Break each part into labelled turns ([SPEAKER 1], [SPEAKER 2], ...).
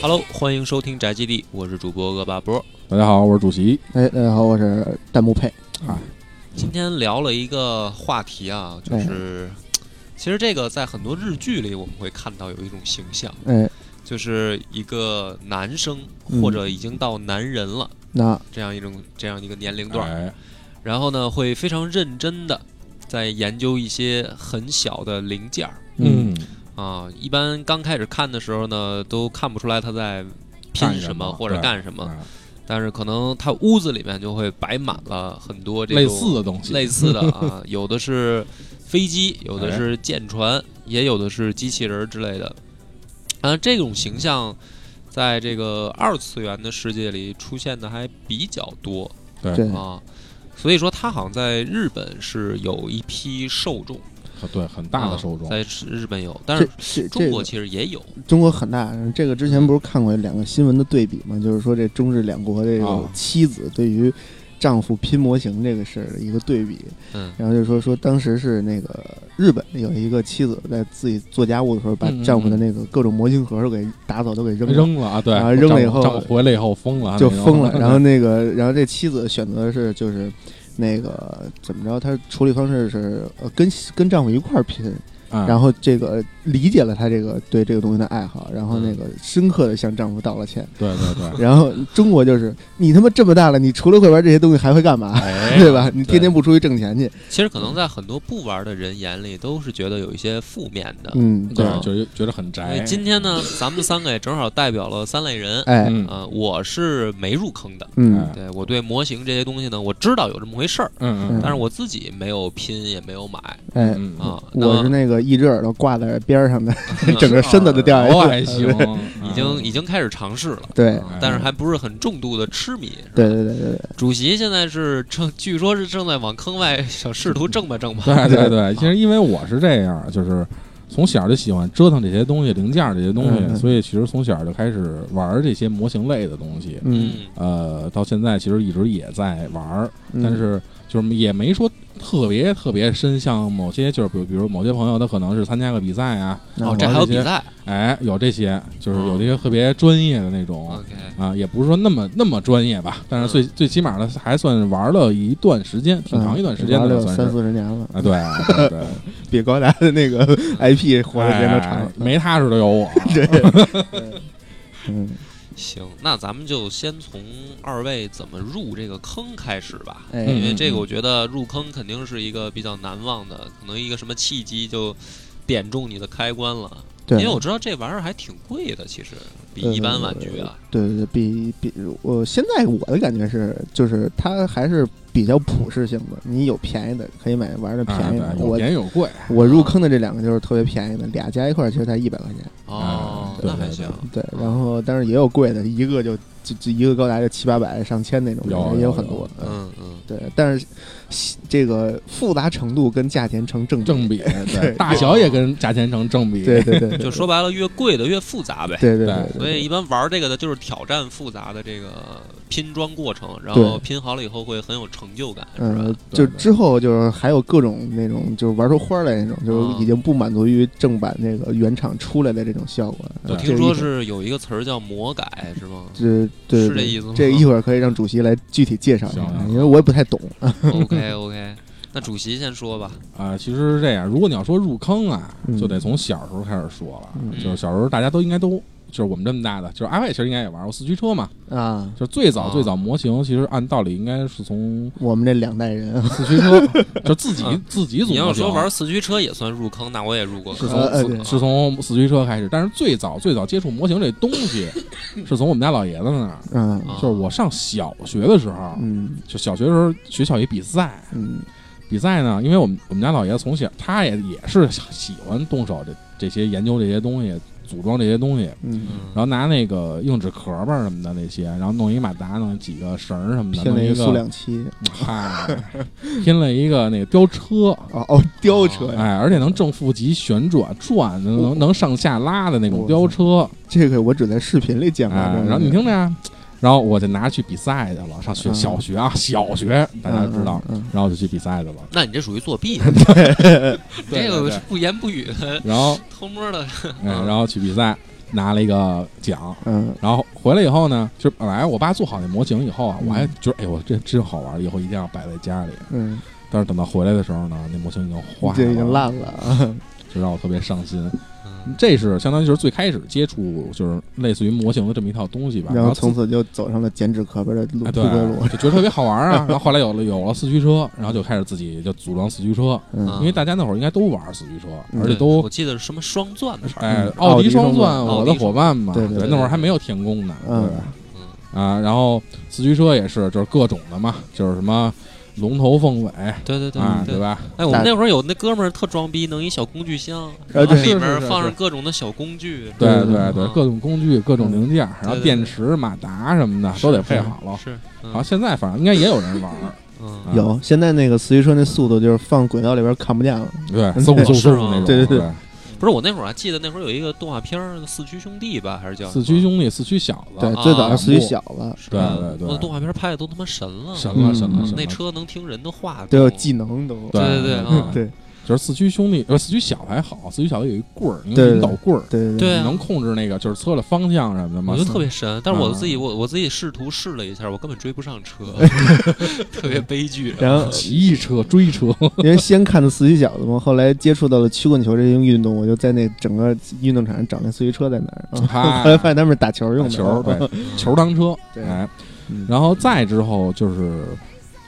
[SPEAKER 1] Hello，欢迎收听宅基地，我是主播恶霸波。
[SPEAKER 2] 大家好，我是主席。
[SPEAKER 3] 哎，大家好，我是弹幕配。
[SPEAKER 1] 今天聊了一个话题啊，
[SPEAKER 2] 嗯
[SPEAKER 1] 就是其实这个在很多日剧里我们会看到有一种形象，
[SPEAKER 3] 哎，
[SPEAKER 1] 就是一个男生
[SPEAKER 3] 嗯
[SPEAKER 1] 或者已经到男人了
[SPEAKER 3] 那
[SPEAKER 1] 这样一种这样一个年龄段，
[SPEAKER 2] 哎，
[SPEAKER 1] 然后呢会非常认真的在研究一些很小的零件儿
[SPEAKER 2] 嗯，
[SPEAKER 1] 啊。一般刚开始看的时候呢，都看不出来他在拼
[SPEAKER 2] 干
[SPEAKER 1] 什
[SPEAKER 2] 什
[SPEAKER 1] 么
[SPEAKER 2] 么
[SPEAKER 1] 或者
[SPEAKER 2] 对
[SPEAKER 1] 干什
[SPEAKER 3] 嗯
[SPEAKER 1] 么。
[SPEAKER 2] 啊
[SPEAKER 1] 但是可能他屋子里面就会摆满了很多这种
[SPEAKER 2] 类似的东西，
[SPEAKER 1] 类似的啊，有的是飞机，有的是舰船，也有的是机器人儿之类的。啊，这种形象在这个二次元的世界里出现的还比较多
[SPEAKER 3] 对，
[SPEAKER 1] 啊，所以说他好像在日本是有一批受众，
[SPEAKER 2] 很对很大的受众
[SPEAKER 1] 啊。在日本有，但
[SPEAKER 3] 这
[SPEAKER 1] 是
[SPEAKER 3] 这
[SPEAKER 1] 中
[SPEAKER 3] 这
[SPEAKER 1] 国
[SPEAKER 3] 个
[SPEAKER 1] 其实也有，
[SPEAKER 3] 中国很大。这个之前不是看过两个新闻的对比吗？就是说这中日两国这
[SPEAKER 2] 哦
[SPEAKER 3] 个妻子对于丈夫拼模型这个事儿的一个对比。
[SPEAKER 1] 嗯
[SPEAKER 3] 然后就说说当时是那个日本有一个妻子在自己做家务的时候，把
[SPEAKER 2] 嗯嗯
[SPEAKER 3] 丈夫的那个各种模型盒都给打扫都给扔了。
[SPEAKER 2] 扔了啊，对，
[SPEAKER 3] 啊扔了以后
[SPEAKER 2] 丈夫回来以后疯了，
[SPEAKER 3] 就
[SPEAKER 2] 那种
[SPEAKER 3] 疯 了。然后那个，然后这妻子选择的是就是那个怎么着，她处理方式是呃跟跟丈夫一块儿拼，
[SPEAKER 2] 啊
[SPEAKER 3] 然后这个理解了她这个对这个东西的爱好，然后那个深刻的向丈夫道了歉。
[SPEAKER 2] 对对对，
[SPEAKER 3] 然后中国就是你他妈这么大了，你除了会玩这些东西还会干嘛？
[SPEAKER 2] 哎
[SPEAKER 3] 对吧？你天天不出去挣钱去，
[SPEAKER 1] 其实可能在很多不玩的人眼里都是觉得有一些负面的。
[SPEAKER 3] 嗯，对，
[SPEAKER 2] 对，就是觉得很宅
[SPEAKER 1] 哎，。今天呢，咱们三个也正好代表了三类人。
[SPEAKER 3] 哎，
[SPEAKER 2] 嗯
[SPEAKER 1] 呃，我是没入坑的，
[SPEAKER 3] 嗯
[SPEAKER 2] 哎
[SPEAKER 1] 对我对模型这些东西呢，我知道有这么回事儿，
[SPEAKER 2] 嗯嗯
[SPEAKER 1] 但是我自己没有拼也没有买
[SPEAKER 3] 哎，
[SPEAKER 2] 嗯嗯，
[SPEAKER 1] 啊。那
[SPEAKER 3] 我是那个一只耳朵挂在边上的， 整个身子都掉
[SPEAKER 2] 哦
[SPEAKER 3] 下来
[SPEAKER 2] 还
[SPEAKER 3] 了，
[SPEAKER 2] 行，嗯
[SPEAKER 1] 啊
[SPEAKER 2] 哎
[SPEAKER 1] 已经已经开始尝试了，
[SPEAKER 3] 对
[SPEAKER 1] 啊但是还不是很重度的痴迷。是吧
[SPEAKER 3] 对对对对对，
[SPEAKER 1] 主席现在是正，据说是正在往坑外想试图挣吧挣吧。
[SPEAKER 2] 对对
[SPEAKER 3] 对
[SPEAKER 2] 对，其实因为我是这样，就是从小就喜欢折腾这些东西，零件儿这些东
[SPEAKER 3] 嗯
[SPEAKER 2] 西，
[SPEAKER 3] 嗯
[SPEAKER 2] 所以其实从小就开始玩儿这些模型类的东西。
[SPEAKER 3] 嗯，
[SPEAKER 1] 嗯，
[SPEAKER 2] 呃，到现在其实一直也在玩儿，
[SPEAKER 3] 嗯
[SPEAKER 2] 但是就是也没说特别特别深，像某些就是比如比如某些朋友他可能是参加个比赛啊，
[SPEAKER 1] 哦，
[SPEAKER 3] 嗯
[SPEAKER 1] 这还有比赛
[SPEAKER 2] 哎，有这些就是
[SPEAKER 1] 哦
[SPEAKER 2] 有这些特别专业的那种。
[SPEAKER 3] 哦
[SPEAKER 1] ，OK，
[SPEAKER 2] 啊，也不是说那么那么专业吧，但是最、最起码的还算玩了一段时间，挺长一段时间
[SPEAKER 3] 嗯
[SPEAKER 2] 的
[SPEAKER 3] 嗯玩
[SPEAKER 2] 了
[SPEAKER 3] 了有
[SPEAKER 2] 算
[SPEAKER 3] 三
[SPEAKER 2] 是。
[SPEAKER 3] 四十年了，
[SPEAKER 2] 啊，对啊对 对，
[SPEAKER 3] 比高达的那个 IP 活的时间都长
[SPEAKER 2] 哎
[SPEAKER 3] 了。
[SPEAKER 2] 没踏实的有我。
[SPEAKER 3] 嗯，
[SPEAKER 1] 行，那咱们就先从二位怎么入这个坑开始吧。
[SPEAKER 3] 哎
[SPEAKER 1] 因为
[SPEAKER 2] 嗯
[SPEAKER 1] 这个我觉得入坑肯定是一个比较难忘的，可能一个什么契机就点中你的开关了。因
[SPEAKER 3] 对，
[SPEAKER 1] 为我知道这玩意儿还挺贵的，其实比一般玩具啊，
[SPEAKER 3] 对对对，比比我现在我的感觉是，就是它还是比较普适性的，你有便宜的可以买玩的
[SPEAKER 2] 啊，
[SPEAKER 3] 便宜的。
[SPEAKER 2] 对，有
[SPEAKER 3] 我
[SPEAKER 2] 便宜啊有贵，
[SPEAKER 3] 我入坑的这两个就是特别便宜的，俩加一块儿其实才一百块钱。
[SPEAKER 1] 哦，
[SPEAKER 2] 对
[SPEAKER 1] 那还
[SPEAKER 2] 对
[SPEAKER 1] 行。
[SPEAKER 3] 呃嗯对，然后但是也有贵的，一个就就就一个高达就七八百、上千那种，
[SPEAKER 2] 有
[SPEAKER 3] 也
[SPEAKER 2] 有
[SPEAKER 3] 很
[SPEAKER 2] 有
[SPEAKER 3] 多。嗯，
[SPEAKER 1] 嗯嗯，
[SPEAKER 3] 对，但是西这个复杂程度跟价钱成正
[SPEAKER 2] 正
[SPEAKER 3] 比。
[SPEAKER 2] 比，对，大小也跟价钱成正比。
[SPEAKER 3] 对对对，对
[SPEAKER 1] 就说白了，越贵的越复杂呗。
[SPEAKER 3] 对对
[SPEAKER 2] 对
[SPEAKER 3] 对，
[SPEAKER 1] 所以一般玩这个的就是挑战复杂的这个拼装过程，然后
[SPEAKER 3] 对
[SPEAKER 1] 拼好了以后会很有成就感，是吧
[SPEAKER 3] 嗯？，
[SPEAKER 2] 对
[SPEAKER 3] 就
[SPEAKER 2] 对
[SPEAKER 3] 之后就是还有各种那种就是玩出花儿来那种，
[SPEAKER 2] 啊
[SPEAKER 3] 就是已经不满足于正版那个原厂出来的这种效果。
[SPEAKER 2] 我
[SPEAKER 1] 我
[SPEAKER 3] 啊
[SPEAKER 1] 听说，是有一个词儿叫魔改，是 吗
[SPEAKER 3] 这对
[SPEAKER 1] 是这意思吗
[SPEAKER 3] 这一会儿可以让主席来具体介绍一下
[SPEAKER 2] 行，
[SPEAKER 3] 因为我也不太懂。
[SPEAKER 1] ？OK OK，那主席先说吧。
[SPEAKER 2] 啊，其实是这样，如果你要说入坑啊，
[SPEAKER 3] 嗯
[SPEAKER 2] 就得从小时候开始说了。
[SPEAKER 3] 嗯
[SPEAKER 2] 就是小时候大家都应该都，就是我们这么大的，就是阿伟其实应该也玩过四驱车嘛。
[SPEAKER 3] 啊，
[SPEAKER 2] 就是最早
[SPEAKER 1] 啊
[SPEAKER 2] 最早模型，其实按道理应该是 从
[SPEAKER 3] 我们这两代人，啊
[SPEAKER 2] 四驱车，就自己
[SPEAKER 1] 嗯
[SPEAKER 2] 自己组。
[SPEAKER 1] 你要说玩四驱车也算入坑，那我也入过
[SPEAKER 2] 是
[SPEAKER 1] 坑。
[SPEAKER 3] 呃呃
[SPEAKER 2] 从
[SPEAKER 3] 对
[SPEAKER 2] 是从四驱车开始，但是最早最早接触模型这东西，是从我们家老爷子那儿。
[SPEAKER 3] 嗯
[SPEAKER 1] 啊
[SPEAKER 2] 就是我上小学的时候，
[SPEAKER 3] 嗯
[SPEAKER 2] 就小学的时候学校有一比赛，
[SPEAKER 3] 嗯
[SPEAKER 2] 比赛呢，因为我们我们家老爷子从小他也也是喜欢动手这这些研究这些东西，组装这些东西，
[SPEAKER 3] 嗯，
[SPEAKER 1] 嗯
[SPEAKER 2] 然后拿那个硬纸壳儿吧什么的那些，然后弄一马达，弄几个绳儿什么的，
[SPEAKER 3] 拼了
[SPEAKER 2] 弄
[SPEAKER 3] 一
[SPEAKER 2] 一
[SPEAKER 3] 个
[SPEAKER 2] 个
[SPEAKER 3] 苏 两七，
[SPEAKER 2] 嗨，拼了一个那个吊车，
[SPEAKER 3] 哦哦，哦吊车，
[SPEAKER 2] 哎，而且能正负极旋转转，能能上下拉的那种吊车，
[SPEAKER 3] 这个我只在视频里见过。
[SPEAKER 2] 哎，
[SPEAKER 3] 这个
[SPEAKER 2] 然后你听着呀，然后我就拿去比赛去了，上学
[SPEAKER 3] 嗯
[SPEAKER 2] 小学啊，小学大家知道，，
[SPEAKER 3] 嗯嗯
[SPEAKER 2] 然后就去比赛去了，
[SPEAKER 1] 那你这属于作 弊，这
[SPEAKER 2] 对
[SPEAKER 1] 个
[SPEAKER 2] 对
[SPEAKER 1] 是
[SPEAKER 2] 对
[SPEAKER 1] 不言不语的，
[SPEAKER 2] 然后
[SPEAKER 1] 偷摸的。
[SPEAKER 2] 嗯哎，然后去比赛，拿了一个奖。
[SPEAKER 3] 嗯
[SPEAKER 2] 然后回来以后呢，就是本来我爸做好那模型以后啊，
[SPEAKER 3] 嗯
[SPEAKER 2] 我还觉得哎呦，这真好玩，以后一定要摆在家里。
[SPEAKER 3] 嗯，
[SPEAKER 2] 但是等到回来的时候呢，那模型已经坏
[SPEAKER 3] 这已经
[SPEAKER 2] 了，
[SPEAKER 3] 烂了啊。
[SPEAKER 2] 就让我特别伤心。
[SPEAKER 1] 嗯
[SPEAKER 2] 这是相当于就是最开始接触就是类似于模型的这么一套东西吧，
[SPEAKER 3] 然
[SPEAKER 2] 后
[SPEAKER 3] 后
[SPEAKER 2] 自
[SPEAKER 3] 从此就走上了剪纸壳边的路
[SPEAKER 2] 哎
[SPEAKER 3] 不
[SPEAKER 2] 对
[SPEAKER 3] 归路。
[SPEAKER 2] 就觉得特别好玩啊。然后后来有了有了四驱车，然后就开始自己就组装四驱 车，
[SPEAKER 1] 啊
[SPEAKER 2] 因为大家那会儿应该都玩四驱车，
[SPEAKER 3] 嗯
[SPEAKER 2] 而且
[SPEAKER 1] 对
[SPEAKER 2] 都
[SPEAKER 1] 我记得是什么双钻的事儿，
[SPEAKER 2] 哎
[SPEAKER 3] 嗯
[SPEAKER 2] 奥迪双
[SPEAKER 3] 奥
[SPEAKER 2] 钻，
[SPEAKER 1] 迪双
[SPEAKER 2] 我的伙伴嘛，
[SPEAKER 3] 对对对
[SPEAKER 2] 那会儿还没有田工呢，
[SPEAKER 3] 嗯
[SPEAKER 2] 对吧？啊，然后四驱车也是，就是各种的嘛，就是什么龙头凤尾
[SPEAKER 1] 对对对
[SPEAKER 2] 啊，对
[SPEAKER 1] 对。
[SPEAKER 2] 吧？
[SPEAKER 1] 哎，我们那会儿有那哥们儿特装逼，弄一小工具箱，
[SPEAKER 3] 呃
[SPEAKER 1] 然后里
[SPEAKER 3] 对
[SPEAKER 2] 啊是
[SPEAKER 1] 面
[SPEAKER 2] 是是
[SPEAKER 1] 放
[SPEAKER 2] 是
[SPEAKER 1] 上各种的小工具，
[SPEAKER 2] 对
[SPEAKER 3] 对
[SPEAKER 2] 对对，
[SPEAKER 1] 嗯
[SPEAKER 2] 各种工具、各种零件，然后
[SPEAKER 1] 对对
[SPEAKER 2] 电池、马达什么的
[SPEAKER 1] 是
[SPEAKER 2] 都得配好了。
[SPEAKER 1] 是，
[SPEAKER 2] 然后
[SPEAKER 1] 嗯
[SPEAKER 2] 现在反正应该也有人玩儿，
[SPEAKER 1] 嗯
[SPEAKER 2] 啊
[SPEAKER 3] 有现在那个四驱车那速度就是放轨道里边看不见了。
[SPEAKER 2] 对，
[SPEAKER 3] 嗯
[SPEAKER 2] 嗖嗖
[SPEAKER 1] 是啊
[SPEAKER 2] 嗖
[SPEAKER 1] 吗
[SPEAKER 2] 那种。
[SPEAKER 3] 对对对
[SPEAKER 1] 不是我那会儿还记得那会儿有一个动画片儿《四驱兄弟》吧，还是叫
[SPEAKER 2] 四驱兄弟、四驱小子，
[SPEAKER 3] 对
[SPEAKER 1] 啊，
[SPEAKER 3] 最早是四驱小了，
[SPEAKER 1] 弟
[SPEAKER 2] 对对对
[SPEAKER 1] 我动画片拍的都他妈神了，
[SPEAKER 2] 神了
[SPEAKER 3] 嗯
[SPEAKER 2] 神了
[SPEAKER 3] 嗯
[SPEAKER 2] 神
[SPEAKER 1] 那
[SPEAKER 2] 了。
[SPEAKER 1] 车能听人的话，
[SPEAKER 3] 都有
[SPEAKER 1] 懂
[SPEAKER 3] 技能都。
[SPEAKER 2] 对
[SPEAKER 1] 对
[SPEAKER 2] 对
[SPEAKER 1] 对嗯
[SPEAKER 3] 对
[SPEAKER 2] 就是四驱兄弟，呃，四驱小还好，四驱小有一棍儿，你
[SPEAKER 3] 对
[SPEAKER 2] 有
[SPEAKER 3] 对
[SPEAKER 2] 引导棍儿，
[SPEAKER 3] 对
[SPEAKER 1] 对
[SPEAKER 2] 你
[SPEAKER 1] 啊
[SPEAKER 2] 能控制那个就是车的方向什么的吗？
[SPEAKER 1] 我觉得特别神，但是我
[SPEAKER 2] 啊
[SPEAKER 1] 自己我我自己试图试了一下，我根本追不上 车，特别悲剧。
[SPEAKER 3] 然后
[SPEAKER 2] 骑一车追车，
[SPEAKER 3] 因为先看的四驱小子嘛，后来接触到了曲棍球这项运动，我就在那整个运动场上找那四驱车在哪儿啊。
[SPEAKER 2] 嗨
[SPEAKER 3] 后来发现他们是打球用
[SPEAKER 2] 打
[SPEAKER 3] 的。
[SPEAKER 2] 球啊对
[SPEAKER 1] 嗯
[SPEAKER 2] 球当车，
[SPEAKER 3] 对
[SPEAKER 2] 哎，
[SPEAKER 3] 嗯
[SPEAKER 2] 然后再之后就是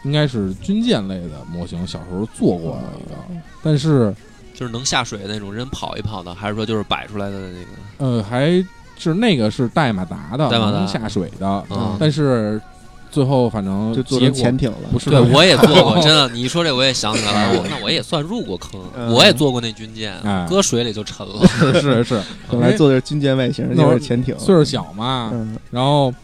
[SPEAKER 2] 应该是军舰类的模型，小时候做过的一个，但是
[SPEAKER 1] 就是能下水的那种，人跑一跑的，还是说就是摆出来的那个？
[SPEAKER 2] 呃还是那个是带马达的，
[SPEAKER 1] 带马达
[SPEAKER 2] 能下水的，
[SPEAKER 1] 嗯，
[SPEAKER 2] 但是最后反正
[SPEAKER 3] 就做
[SPEAKER 2] 结
[SPEAKER 3] 成
[SPEAKER 2] 果
[SPEAKER 3] 潜艇了。
[SPEAKER 2] 不是
[SPEAKER 1] 对，
[SPEAKER 2] 特别
[SPEAKER 1] 我也做 过，真的，你一说这我也想起来了，我那我也算入过坑，
[SPEAKER 3] 嗯
[SPEAKER 1] 我也做过那军舰
[SPEAKER 2] 哎，
[SPEAKER 1] 搁水里就沉了。
[SPEAKER 2] 是是是，
[SPEAKER 3] 本来做的是军舰外形，
[SPEAKER 2] 那
[SPEAKER 3] 就
[SPEAKER 2] 会
[SPEAKER 3] 是
[SPEAKER 2] 儿
[SPEAKER 3] 潜艇。
[SPEAKER 2] 岁数小啊嘛，
[SPEAKER 3] 嗯，
[SPEAKER 2] 然后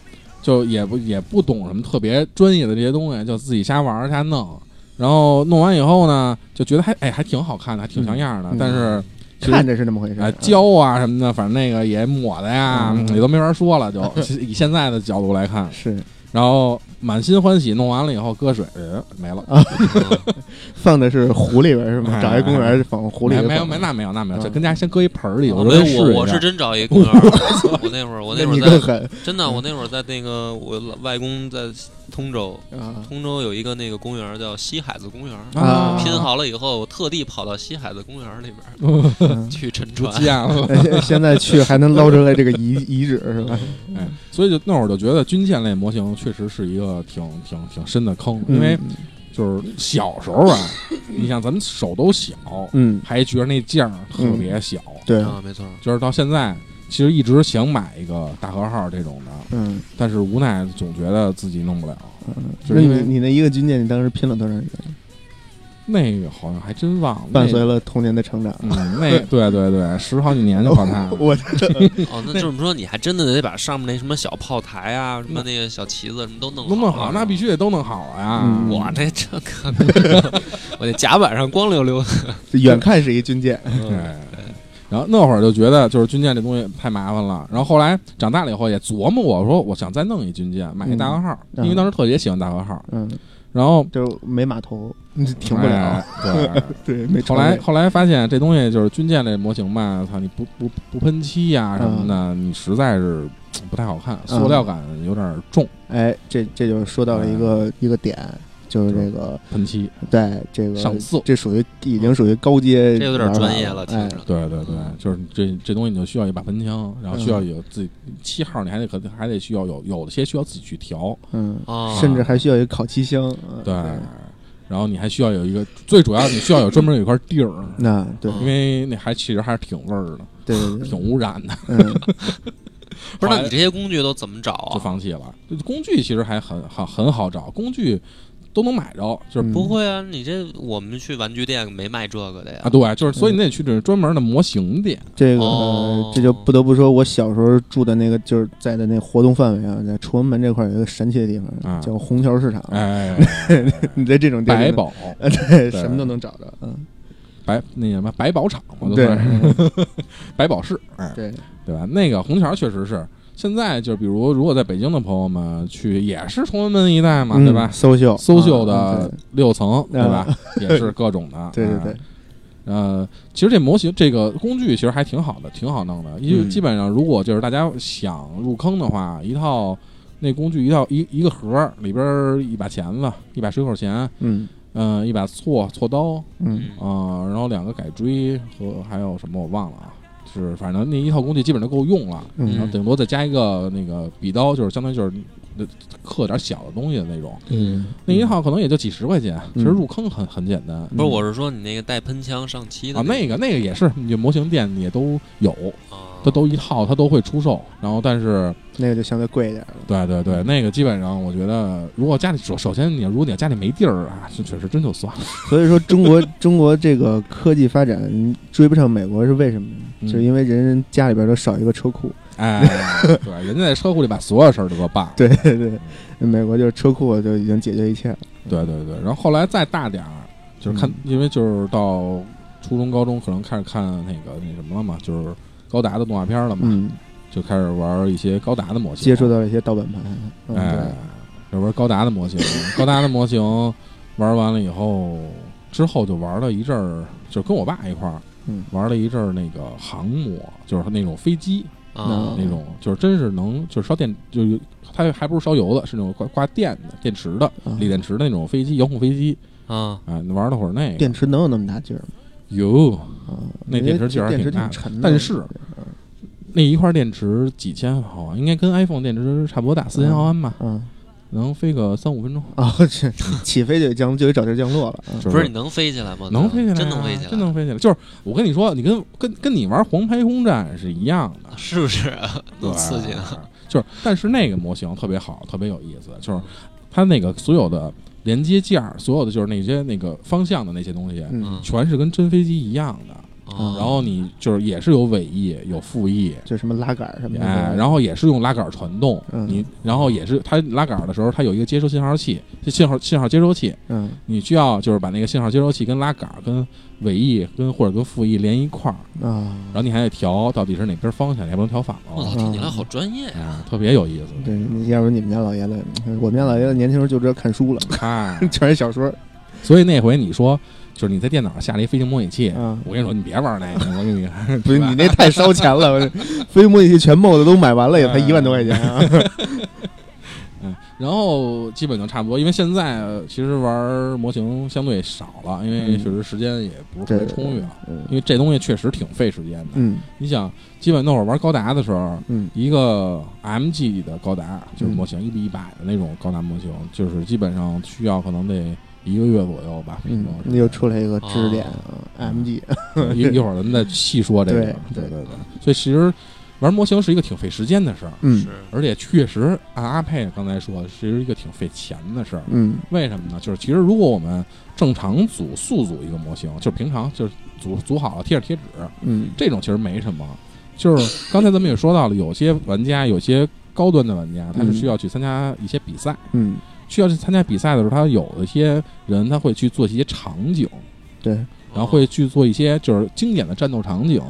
[SPEAKER 2] 就也不也不懂什么特别专业的这些东西，就自己瞎玩儿瞎弄。然后弄完以后呢，就觉得还哎还挺好看的，还挺像样的，
[SPEAKER 3] 嗯
[SPEAKER 2] 但是其实
[SPEAKER 3] 看着是那么回事。
[SPEAKER 2] 啊
[SPEAKER 3] 嗯
[SPEAKER 2] 胶啊什么的，反正那个也抹的呀，
[SPEAKER 3] 嗯
[SPEAKER 2] 也都没法说了， 就其实以现在的角度来看，
[SPEAKER 3] 是
[SPEAKER 2] 然后满心欢喜弄完了以后搁水呃没了，
[SPEAKER 3] 啊
[SPEAKER 1] 嗯
[SPEAKER 3] 放的是湖里边是吗？
[SPEAKER 2] 哎
[SPEAKER 3] 找一公园放湖里
[SPEAKER 2] 没
[SPEAKER 3] 边
[SPEAKER 2] 没有
[SPEAKER 3] 放
[SPEAKER 2] 没那没有那没有，
[SPEAKER 3] 嗯
[SPEAKER 2] 就跟家先搁一盆儿里，
[SPEAKER 1] 我
[SPEAKER 2] 我说
[SPEAKER 1] 我我是
[SPEAKER 2] 试一下
[SPEAKER 1] 真找 一公园儿，我那会儿我那会
[SPEAKER 3] 你
[SPEAKER 1] 儿在
[SPEAKER 3] 更狠
[SPEAKER 1] 真
[SPEAKER 2] 嗯
[SPEAKER 1] 的，我那会儿在那个我外公在通州，
[SPEAKER 3] 啊！
[SPEAKER 1] 通州有一个那个公园儿叫西海子公园儿。
[SPEAKER 3] 啊
[SPEAKER 1] 拼好了以后，我特地跑到西海子公园儿里边儿
[SPEAKER 3] 嗯
[SPEAKER 1] 去沉
[SPEAKER 2] 不
[SPEAKER 1] 船。
[SPEAKER 2] 见了。
[SPEAKER 3] 哎 现在去还能捞出来这个 遗遗址是吧？
[SPEAKER 2] 哎，所以就那会儿就觉得军舰类模型确实是一个挺挺挺深的坑，因为
[SPEAKER 3] 嗯
[SPEAKER 2] 就是小时候啊，你想咱们手都小，
[SPEAKER 3] 嗯，
[SPEAKER 2] 还觉得那劲儿特别小，
[SPEAKER 3] 对，
[SPEAKER 1] 啊，没错，
[SPEAKER 2] 就是到现在其实一直想买一个大和号这种的，
[SPEAKER 3] 嗯，
[SPEAKER 2] 但是无奈总觉得自己弄不了。就
[SPEAKER 3] 那
[SPEAKER 2] 是因
[SPEAKER 3] 你
[SPEAKER 2] 为
[SPEAKER 3] 你那一个军舰，你当时拼了多长时间？
[SPEAKER 2] 那个好像还真忘了，
[SPEAKER 3] 伴随
[SPEAKER 2] 了。
[SPEAKER 3] 了童年的成长。
[SPEAKER 2] 嗯，那对对对，十好几年就靠它了。
[SPEAKER 3] 我
[SPEAKER 1] 哦，那这么说，你还真的得把上面那什么小炮台啊，什么那个小旗子什么都弄
[SPEAKER 2] 能弄
[SPEAKER 1] 好
[SPEAKER 2] 好，
[SPEAKER 1] 了，
[SPEAKER 2] 那必须得都弄好了呀
[SPEAKER 3] 嗯。
[SPEAKER 1] 我那这个，我那甲板上光溜溜的。
[SPEAKER 3] 远看是一军舰，
[SPEAKER 2] 对。哎然后那会儿就觉得就是军舰这东西太麻烦了，然后后来长大了以后也琢磨过，我说我想再弄一军舰，买一大和号，
[SPEAKER 3] 嗯
[SPEAKER 2] 因为当时特别喜欢大和号，
[SPEAKER 3] 嗯，
[SPEAKER 2] 然后
[SPEAKER 3] 就是没码头，你停不了
[SPEAKER 2] 哎。对，
[SPEAKER 3] 对，没
[SPEAKER 2] 后
[SPEAKER 3] 船
[SPEAKER 2] 来
[SPEAKER 3] 位
[SPEAKER 2] 后来发现这东西就是军舰这模型吧，操，你不不不喷漆呀、什么的，
[SPEAKER 3] 嗯
[SPEAKER 2] 你实在是嘖不太好看，塑料感有点重，
[SPEAKER 3] 哎，这这就是说到了一
[SPEAKER 2] 哎
[SPEAKER 3] 个一个点，就是这个
[SPEAKER 2] 喷漆。
[SPEAKER 3] 对这个
[SPEAKER 2] 上色
[SPEAKER 3] 这属于已经属于高
[SPEAKER 2] 嗯
[SPEAKER 3] 阶玩法，
[SPEAKER 1] 这有点专业了，听
[SPEAKER 3] 哎
[SPEAKER 1] 着。，
[SPEAKER 2] 对对对，就是这这东西你就需要一把喷枪，然后需
[SPEAKER 3] 嗯
[SPEAKER 2] 要有自己漆号，你还得可还得需要有有些需要自己去调，
[SPEAKER 3] 嗯，
[SPEAKER 1] 哦，
[SPEAKER 3] 甚至还需要一个烤漆箱，嗯
[SPEAKER 2] 对，然后你还需要有一个最主要你需要有专门有一块地儿，
[SPEAKER 3] 那对
[SPEAKER 2] 因为那还其实还是挺味儿的，
[SPEAKER 3] 对对对，
[SPEAKER 2] 挺污染的，
[SPEAKER 3] 嗯，
[SPEAKER 1] 不是，
[SPEAKER 2] 后来
[SPEAKER 1] 那你这些工具都怎么找
[SPEAKER 2] 就
[SPEAKER 1] 啊？
[SPEAKER 2] 放弃了。就工具其实还很很很好找，工具都能买着，就是
[SPEAKER 3] 嗯
[SPEAKER 1] 不会啊，你这我们去玩具店没卖这个的呀
[SPEAKER 2] 啊，。对，就是
[SPEAKER 1] 嗯
[SPEAKER 2] 所以你得去这专门的模型店，
[SPEAKER 3] 这个、呃
[SPEAKER 1] 哦
[SPEAKER 3] 这就不得不说，我小时候住的那个就是在的那活动范围啊，在崇文门这块儿有一个神奇的地方，
[SPEAKER 2] 啊
[SPEAKER 3] 叫虹桥市场。
[SPEAKER 1] 嗯
[SPEAKER 2] 哎，
[SPEAKER 3] 你在这种地儿
[SPEAKER 2] 百，宝
[SPEAKER 3] 啊，对，什么都能找着。嗯，
[SPEAKER 2] 百那什么百宝厂嘛，都
[SPEAKER 3] 对嗯
[SPEAKER 2] 是百宝市，哎，
[SPEAKER 3] 对，
[SPEAKER 2] 对吧？那个虹桥确实是。现在就比如，如果在北京的朋友们去，也是崇文门一带嘛，
[SPEAKER 3] 嗯
[SPEAKER 2] 对吧？
[SPEAKER 3] 搜秀，
[SPEAKER 2] 搜秀
[SPEAKER 3] 啊
[SPEAKER 2] 的六层，对吧？也是各种的，
[SPEAKER 3] 对对
[SPEAKER 2] 哎
[SPEAKER 3] 对对，
[SPEAKER 2] 呃，其实这模型这个工具其实还挺好的，挺好弄的。因为
[SPEAKER 1] 嗯
[SPEAKER 2] 基本上，如果就是大家想入坑的话，一套那工具一套一一个盒儿里边儿一把钳子，一把水口钳，
[SPEAKER 3] 嗯
[SPEAKER 2] 嗯、一把锉锉刀，
[SPEAKER 3] 嗯
[SPEAKER 1] 嗯
[SPEAKER 2] 啊、然后两个改锥和还有什么我忘了啊，就是反正那一套工具基本上够用了，然后
[SPEAKER 1] 嗯
[SPEAKER 2] 顶多再加一个那个笔刀，就是相当于就是呃刻点小的东西的那种，
[SPEAKER 3] 嗯，
[SPEAKER 2] 那一套可能也就几十块钱，其实
[SPEAKER 3] 嗯
[SPEAKER 2] 入坑很很简单
[SPEAKER 1] 不是，我是说你那个带喷枪上
[SPEAKER 3] 嗯
[SPEAKER 1] 漆的
[SPEAKER 2] 啊。那个那个也是，你模型店也都有，
[SPEAKER 1] 啊，
[SPEAKER 2] 它都一套，它都会出售。然后但是，
[SPEAKER 3] 那个就相对贵一点了。
[SPEAKER 2] 对对对，那个基本上我觉得，如果家里首首先你如果你要家里没地儿啊，这确实真就算了。
[SPEAKER 3] 所以说，中国中国这个科技发展追不上美国是为什么呢？
[SPEAKER 2] 嗯
[SPEAKER 3] 就是因为人人家里边都少一个车库。
[SPEAKER 2] 哎，对，人家在车库里把所有事儿都给我办了。
[SPEAKER 3] 对对对，美国就是车库就已经解决一切了。
[SPEAKER 2] 对对对，然后后来再大点儿，就是
[SPEAKER 3] 嗯
[SPEAKER 2] 看，因为就是到初中、高中可能开始看那个那什么了嘛，就是高达的动画片了嘛，
[SPEAKER 3] 嗯，
[SPEAKER 2] 就开始玩一些高达的模型，
[SPEAKER 3] 接触到了一些盗版盘。嗯，
[SPEAKER 2] 哎
[SPEAKER 3] 对，，
[SPEAKER 2] 就玩高达的 模型，高达的模型玩完了以后，之后就玩了一阵儿，就跟我爸一块儿。
[SPEAKER 3] 嗯
[SPEAKER 2] 玩了一阵儿那个航模，就是那种飞机，
[SPEAKER 3] 嗯
[SPEAKER 1] 啊
[SPEAKER 2] 那种就是真是能就是烧电，就是它还不是烧油的，是那种挂挂电的、电池的、
[SPEAKER 3] 啊
[SPEAKER 2] 锂电池的那种飞机，遥控飞机。
[SPEAKER 1] 啊，
[SPEAKER 2] 啊，玩了会儿那个
[SPEAKER 3] 电池能有那么大劲儿吗？
[SPEAKER 2] 有
[SPEAKER 3] 啊，
[SPEAKER 2] 那
[SPEAKER 3] 因为
[SPEAKER 2] 电池劲儿还
[SPEAKER 3] 电池
[SPEAKER 2] 挺大
[SPEAKER 3] 挺
[SPEAKER 2] 的
[SPEAKER 3] 沉的，
[SPEAKER 2] 但是那一块电池几千毫安，应该跟 iPhone 电池差不多大，四千毫安吧，
[SPEAKER 3] 嗯，
[SPEAKER 2] 能飞个三五分钟。
[SPEAKER 3] 啊，这起飞就降就得找地儿降落了。啊
[SPEAKER 2] 就
[SPEAKER 1] 不是你能飞起来吗？
[SPEAKER 2] 能飞起来啊，
[SPEAKER 1] 真能飞起来，
[SPEAKER 2] 真能飞起来。就是我跟你说，你跟跟跟你玩黄牌空战是一样 的，
[SPEAKER 1] 是不是？多
[SPEAKER 2] 对
[SPEAKER 1] 刺激啊！
[SPEAKER 2] 就是，但是那个模型特别好，特别有意思，就是它那个所有的连接件儿，所有的就是那些那个方向的那些东西，
[SPEAKER 3] 嗯
[SPEAKER 1] 嗯，
[SPEAKER 2] 全是跟真飞机一样的。
[SPEAKER 1] 啊
[SPEAKER 2] 啊嗯然后你就是也是有尾翼，有副翼，
[SPEAKER 3] 就什么拉杆儿
[SPEAKER 1] 嗯
[SPEAKER 3] 什么的。
[SPEAKER 2] 哎，然后也是用拉杆儿传动，
[SPEAKER 3] 嗯
[SPEAKER 2] 你然后也是它拉杆儿的时候，它有一个接收信号器，这信号信号接收器，
[SPEAKER 3] 嗯
[SPEAKER 2] 你需要就是把那个信号接收器跟拉杆儿、跟尾翼、跟或者跟副翼连一块儿，
[SPEAKER 3] 啊
[SPEAKER 2] 然，后你还得调到底是哪边方向，你还不能调反
[SPEAKER 1] 我
[SPEAKER 3] 哦
[SPEAKER 2] 了，
[SPEAKER 1] 操，听起来好专业呀！
[SPEAKER 2] 啊，特别有意思。
[SPEAKER 3] 对，要不你们家老爷子，我们家老爷子年轻时候就知道看书了，
[SPEAKER 2] 哎，
[SPEAKER 3] 全是小说。
[SPEAKER 2] 所以那回你说就是你在电脑上下了一飞行模拟器，
[SPEAKER 3] 嗯，
[SPEAKER 2] 我跟你说你别玩那个，我跟你
[SPEAKER 3] 不是你那太烧钱了，飞行模拟器全 mod 都买完了，也才一万多块钱
[SPEAKER 2] 哎
[SPEAKER 3] 啊。
[SPEAKER 2] 嗯，然后基本就差不多，因为现在呃其实玩模型相对少了，因为
[SPEAKER 3] 嗯
[SPEAKER 2] 确实时间也不是特别充裕了。
[SPEAKER 3] 嗯
[SPEAKER 2] 因为这东西确实挺费时间的。
[SPEAKER 3] 嗯
[SPEAKER 2] 你想，基本那会儿玩高达的时候，
[SPEAKER 3] 嗯
[SPEAKER 2] 一个 MG 的高达就是模型一比一百的那种高达模型，就是基本上需要可能得一个月左右吧。平，
[SPEAKER 3] 嗯
[SPEAKER 2] 均
[SPEAKER 3] 那又出来一个支点
[SPEAKER 1] 哦
[SPEAKER 3] 啊，MG。
[SPEAKER 1] 嗯
[SPEAKER 2] 对一一会儿咱们再细说这个。
[SPEAKER 3] 对
[SPEAKER 2] 对
[SPEAKER 3] 对
[SPEAKER 2] 对所以其实玩模型是一个挺费时间的事儿，
[SPEAKER 3] 嗯
[SPEAKER 1] 是
[SPEAKER 2] 而且确实按阿佩刚才说，是一个挺费钱的事儿。
[SPEAKER 3] 嗯
[SPEAKER 2] 为什么呢？就是其实如果我们正常组速组一个模型，就是平常就是组组好了贴着贴纸，
[SPEAKER 3] 嗯
[SPEAKER 2] 这种其实没什么。就是刚才咱们也说到了，有些玩家，有些高端的玩家，他是需要去参加一些比赛，
[SPEAKER 3] 嗯，
[SPEAKER 2] 需要去参加比赛的时候，他有一些人他会去做一些场景，
[SPEAKER 3] 对，
[SPEAKER 2] 然后
[SPEAKER 1] 哦
[SPEAKER 2] 会去做一些就是经典的战斗场景。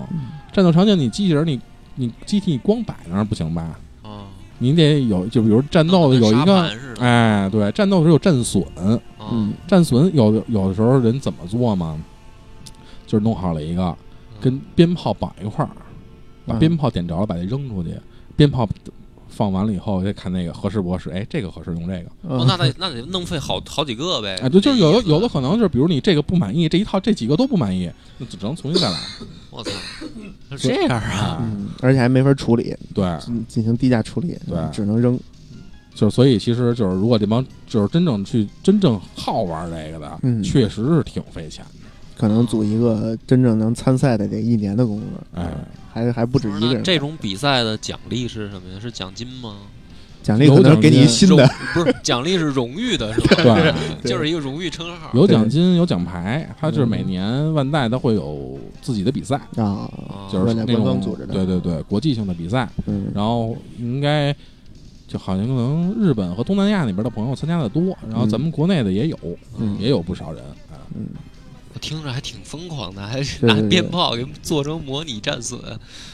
[SPEAKER 2] 战斗场景你机器人你你机体你光摆那儿不行吧？
[SPEAKER 1] 啊，
[SPEAKER 2] 你得有，就比如战斗的有一个，哎，对，战斗的时候有战损，
[SPEAKER 3] 嗯
[SPEAKER 1] 嗯，
[SPEAKER 2] 战损有有的时候人怎么做嘛？就是弄好了一
[SPEAKER 1] 嗯
[SPEAKER 2] 个跟鞭炮绑一块儿，把
[SPEAKER 3] 嗯
[SPEAKER 2] 鞭炮点着了，把它扔出去，鞭炮放完了以后再看那个合适不合适，哎，这个合适用这个，
[SPEAKER 1] 哦
[SPEAKER 3] 嗯，
[SPEAKER 1] 那得那得弄废好好几个呗。
[SPEAKER 2] 哎，对，就是有
[SPEAKER 1] 这意
[SPEAKER 2] 的
[SPEAKER 1] 思啊
[SPEAKER 2] 有的，可能就是比如你这个不满意，这一套这几个都不满意，那只能重新再来
[SPEAKER 1] 我操，是 这样啊？
[SPEAKER 2] 啊，
[SPEAKER 3] 嗯，而且还没法处理，
[SPEAKER 2] 对，
[SPEAKER 3] 进进行低价处理，
[SPEAKER 2] 对
[SPEAKER 3] 只能扔。
[SPEAKER 2] 就是所以其实就是如果这帮就是真正去真正好玩这个的，
[SPEAKER 3] 嗯
[SPEAKER 2] 确实是挺费钱的，
[SPEAKER 3] 可能组一个真正能参赛的得一年的工作，
[SPEAKER 2] 哎，
[SPEAKER 3] 还还不止
[SPEAKER 1] 不是
[SPEAKER 3] 一个
[SPEAKER 1] 那
[SPEAKER 3] 人。
[SPEAKER 1] 这种比赛的奖励是什么呀？是奖金吗？
[SPEAKER 3] 奖励可能给你一新的，
[SPEAKER 1] 荣不是奖励是荣誉的，是吧？
[SPEAKER 2] 对。
[SPEAKER 1] 就是一个荣誉称号。
[SPEAKER 2] 有奖
[SPEAKER 3] 对
[SPEAKER 2] 金，有奖牌，它就是
[SPEAKER 3] 嗯
[SPEAKER 2] 每年万代它会有自己的比赛，
[SPEAKER 3] 啊，
[SPEAKER 1] 啊
[SPEAKER 2] 就是
[SPEAKER 3] 万代
[SPEAKER 2] 那
[SPEAKER 3] 官
[SPEAKER 2] 种
[SPEAKER 3] 方组织的
[SPEAKER 2] 对对对国际性的比赛，
[SPEAKER 3] 嗯
[SPEAKER 2] 然后应该就好像可能日本和东南亚那边的朋友参加的多，然后咱们国内的也有，
[SPEAKER 3] 嗯
[SPEAKER 2] 也有不少人啊。
[SPEAKER 3] 嗯，
[SPEAKER 1] 我听着还挺疯狂的，还是
[SPEAKER 3] 对
[SPEAKER 1] 拿
[SPEAKER 3] 对对
[SPEAKER 1] 鞭炮给做成模拟战损。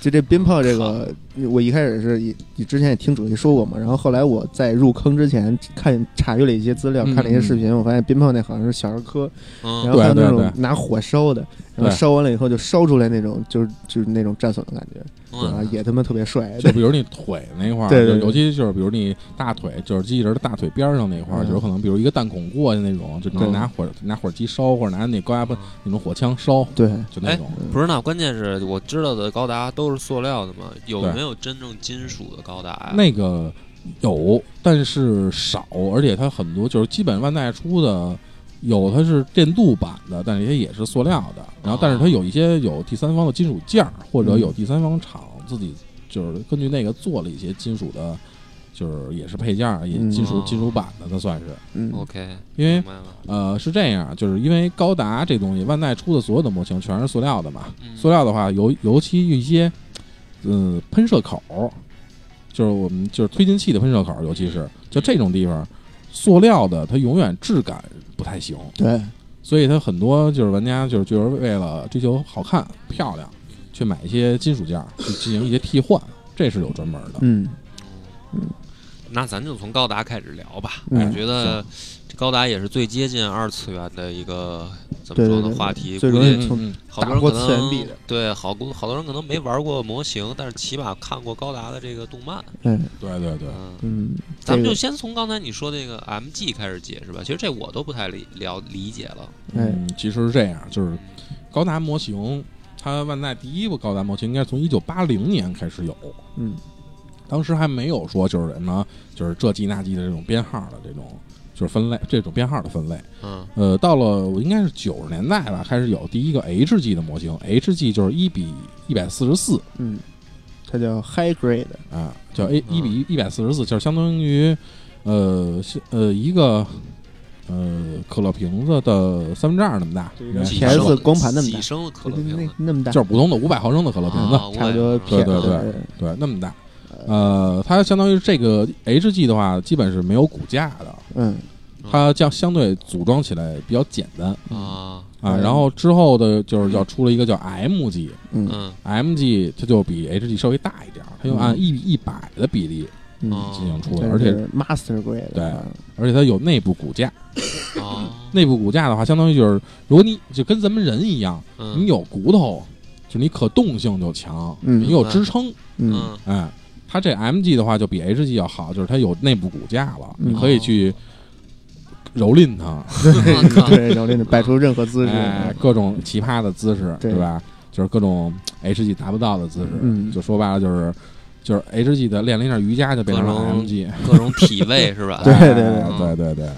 [SPEAKER 3] 就这鞭炮这个，我一开始是以以之前也听主席说过嘛，然后后来我在入坑之前看查阅了一些资料，
[SPEAKER 2] 嗯
[SPEAKER 3] 看了一些视频，我发现鞭炮那好像是小儿科，
[SPEAKER 1] 嗯，
[SPEAKER 3] 然后还有
[SPEAKER 2] 对
[SPEAKER 3] 那
[SPEAKER 2] 对
[SPEAKER 3] 种拿火烧的，然后
[SPEAKER 2] 对
[SPEAKER 3] 烧完了以后就烧出来那种就是就是那种战损的感觉
[SPEAKER 1] 嗯
[SPEAKER 3] 啊，也他妈特别帅。
[SPEAKER 2] 就比如你腿那块儿，
[SPEAKER 3] 对
[SPEAKER 2] 就
[SPEAKER 3] 对对
[SPEAKER 2] 尤其就是比如你大腿，就是机器人的大腿边上那块儿，
[SPEAKER 3] 嗯
[SPEAKER 2] 就是可能比如一个弹孔过去那种，就能
[SPEAKER 3] 对
[SPEAKER 2] 拿火拿火机烧，或者拿那高压喷那种火枪烧，
[SPEAKER 3] 对，
[SPEAKER 2] 就那种。
[SPEAKER 1] 不是，那关键是我知道的高达都是塑料的嘛，有
[SPEAKER 2] 对
[SPEAKER 1] 没有真正金属的高达呀？
[SPEAKER 2] 那个有，啊但是少，而且它很多就是基本万代出的。有它是电镀版的，但是也也是塑料的。然后，但是它有一些有第三方的金属件儿，或者
[SPEAKER 3] 嗯
[SPEAKER 2] 有第三方厂自己就是根据那个做了一些金属的，就是也是配件儿，也
[SPEAKER 3] 嗯
[SPEAKER 2] 金属
[SPEAKER 1] 哦
[SPEAKER 2] 金属版的，那算是。
[SPEAKER 3] 嗯，
[SPEAKER 1] OK，
[SPEAKER 2] 因为
[SPEAKER 1] 明白了。
[SPEAKER 2] 呃，是这样，就是因为高达这东西，万代出的所有的模型全是塑料的嘛。
[SPEAKER 1] 嗯
[SPEAKER 2] 塑料的话，尤尤其一些，嗯，喷射口，就是我们就是推进器的喷射口，尤其是就这种地方，塑料的它永远质感不太行，
[SPEAKER 3] 对，
[SPEAKER 2] 所以它很多就是玩家就是就是为了追求好看漂亮，去买一些金属件儿去进行一些替换，这是有专门的。
[SPEAKER 3] 嗯
[SPEAKER 1] 那咱就从高达开始聊吧。
[SPEAKER 3] 嗯
[SPEAKER 1] 我觉得这高达也是最接近二次元的一个怎么
[SPEAKER 3] 对
[SPEAKER 1] 说
[SPEAKER 3] 对
[SPEAKER 1] 呢
[SPEAKER 3] 对
[SPEAKER 1] 话题，
[SPEAKER 3] 最
[SPEAKER 1] 估
[SPEAKER 3] 容
[SPEAKER 1] 计
[SPEAKER 3] 易
[SPEAKER 2] 嗯
[SPEAKER 3] 从
[SPEAKER 2] 嗯
[SPEAKER 1] 好多人可能
[SPEAKER 3] 打过次元壁的
[SPEAKER 1] 对好多好多人可能没玩过模型，但是起码看过高达的这个动漫。
[SPEAKER 3] 哎
[SPEAKER 2] 对对对，
[SPEAKER 1] 嗯，
[SPEAKER 3] 嗯，
[SPEAKER 1] 咱们
[SPEAKER 3] 这
[SPEAKER 1] 就
[SPEAKER 3] 个
[SPEAKER 1] 先从刚才你说那个 MG 开始解释吧。其实这我都不太理了理解了。
[SPEAKER 3] 哎
[SPEAKER 2] 嗯，其实是这样，就是高达模型，它万代第一部高达模型应该是从一九八零年开始有。
[SPEAKER 3] 嗯
[SPEAKER 2] 当时还没有说就是什么就是这季那季的这种编号的这种就是分类这种编号的分类。
[SPEAKER 1] 嗯
[SPEAKER 2] 呃，到了我应该是九十年代吧，开始有第一个 HG 的模型，HG 就是一比一百四十四
[SPEAKER 3] 嗯，它叫 high grade，
[SPEAKER 2] 啊，叫 A
[SPEAKER 1] 嗯
[SPEAKER 2] 一比一百四十四，就是相当于呃是呃一个。呃，可乐瓶子的三分之二那么大，
[SPEAKER 3] 这个
[SPEAKER 2] 应该是
[SPEAKER 1] 几
[SPEAKER 3] 几 PS
[SPEAKER 1] 升
[SPEAKER 3] 嗯光盘那么大
[SPEAKER 1] 几升的可
[SPEAKER 3] 那
[SPEAKER 1] 乐瓶
[SPEAKER 3] 那
[SPEAKER 1] 子，
[SPEAKER 3] 那么大，
[SPEAKER 2] 就是普通的五百毫升的可乐瓶子，
[SPEAKER 1] 啊
[SPEAKER 3] 差不
[SPEAKER 1] 500
[SPEAKER 3] 多 PS
[SPEAKER 2] 对对
[SPEAKER 3] 对
[SPEAKER 2] 对，那么大。呃，它相当于这个 HG 的话，基本是没有骨架的，
[SPEAKER 3] 嗯
[SPEAKER 2] 它将相对组装起来比较简单
[SPEAKER 1] 啊，
[SPEAKER 2] 啊。
[SPEAKER 3] 嗯
[SPEAKER 2] 然后之后的就是要出了一个叫 MG，MG
[SPEAKER 3] 嗯
[SPEAKER 1] 嗯
[SPEAKER 2] 它就比 HG 稍微大一点儿，它就按一比一百的比例
[SPEAKER 3] 嗯，
[SPEAKER 1] 哦
[SPEAKER 2] 进行出
[SPEAKER 3] 这
[SPEAKER 2] 的，而且
[SPEAKER 3] 是 master grade，
[SPEAKER 2] 对
[SPEAKER 3] 啊
[SPEAKER 2] 而且它有内部骨架，
[SPEAKER 1] 啊，
[SPEAKER 2] 内部骨架的话，相当于就是如果你就跟咱们人一样，
[SPEAKER 1] 嗯
[SPEAKER 2] 你有骨头，就是你可动性就强，
[SPEAKER 3] 嗯
[SPEAKER 2] 你有支撑，
[SPEAKER 3] 嗯
[SPEAKER 1] 嗯
[SPEAKER 2] 哎，它这 MG 的话就比 HG 要好，就是它有内部骨架了，
[SPEAKER 3] 嗯
[SPEAKER 2] 你可以去蹂躏它，
[SPEAKER 1] 我靠
[SPEAKER 3] 对，然后真的摆出任何姿势，
[SPEAKER 2] 哎，各种奇葩的姿势，
[SPEAKER 3] 对
[SPEAKER 2] 对吧？就是各种 HG 达不到的姿势，
[SPEAKER 3] 嗯
[SPEAKER 2] 就说白了就是就是 HG 的练了一下瑜伽就变成
[SPEAKER 1] 各
[SPEAKER 2] 了
[SPEAKER 1] 种
[SPEAKER 2] MG，
[SPEAKER 1] 各种体位是吧？
[SPEAKER 3] 对
[SPEAKER 2] 哎
[SPEAKER 3] 对
[SPEAKER 2] 对
[SPEAKER 1] 对
[SPEAKER 2] 对对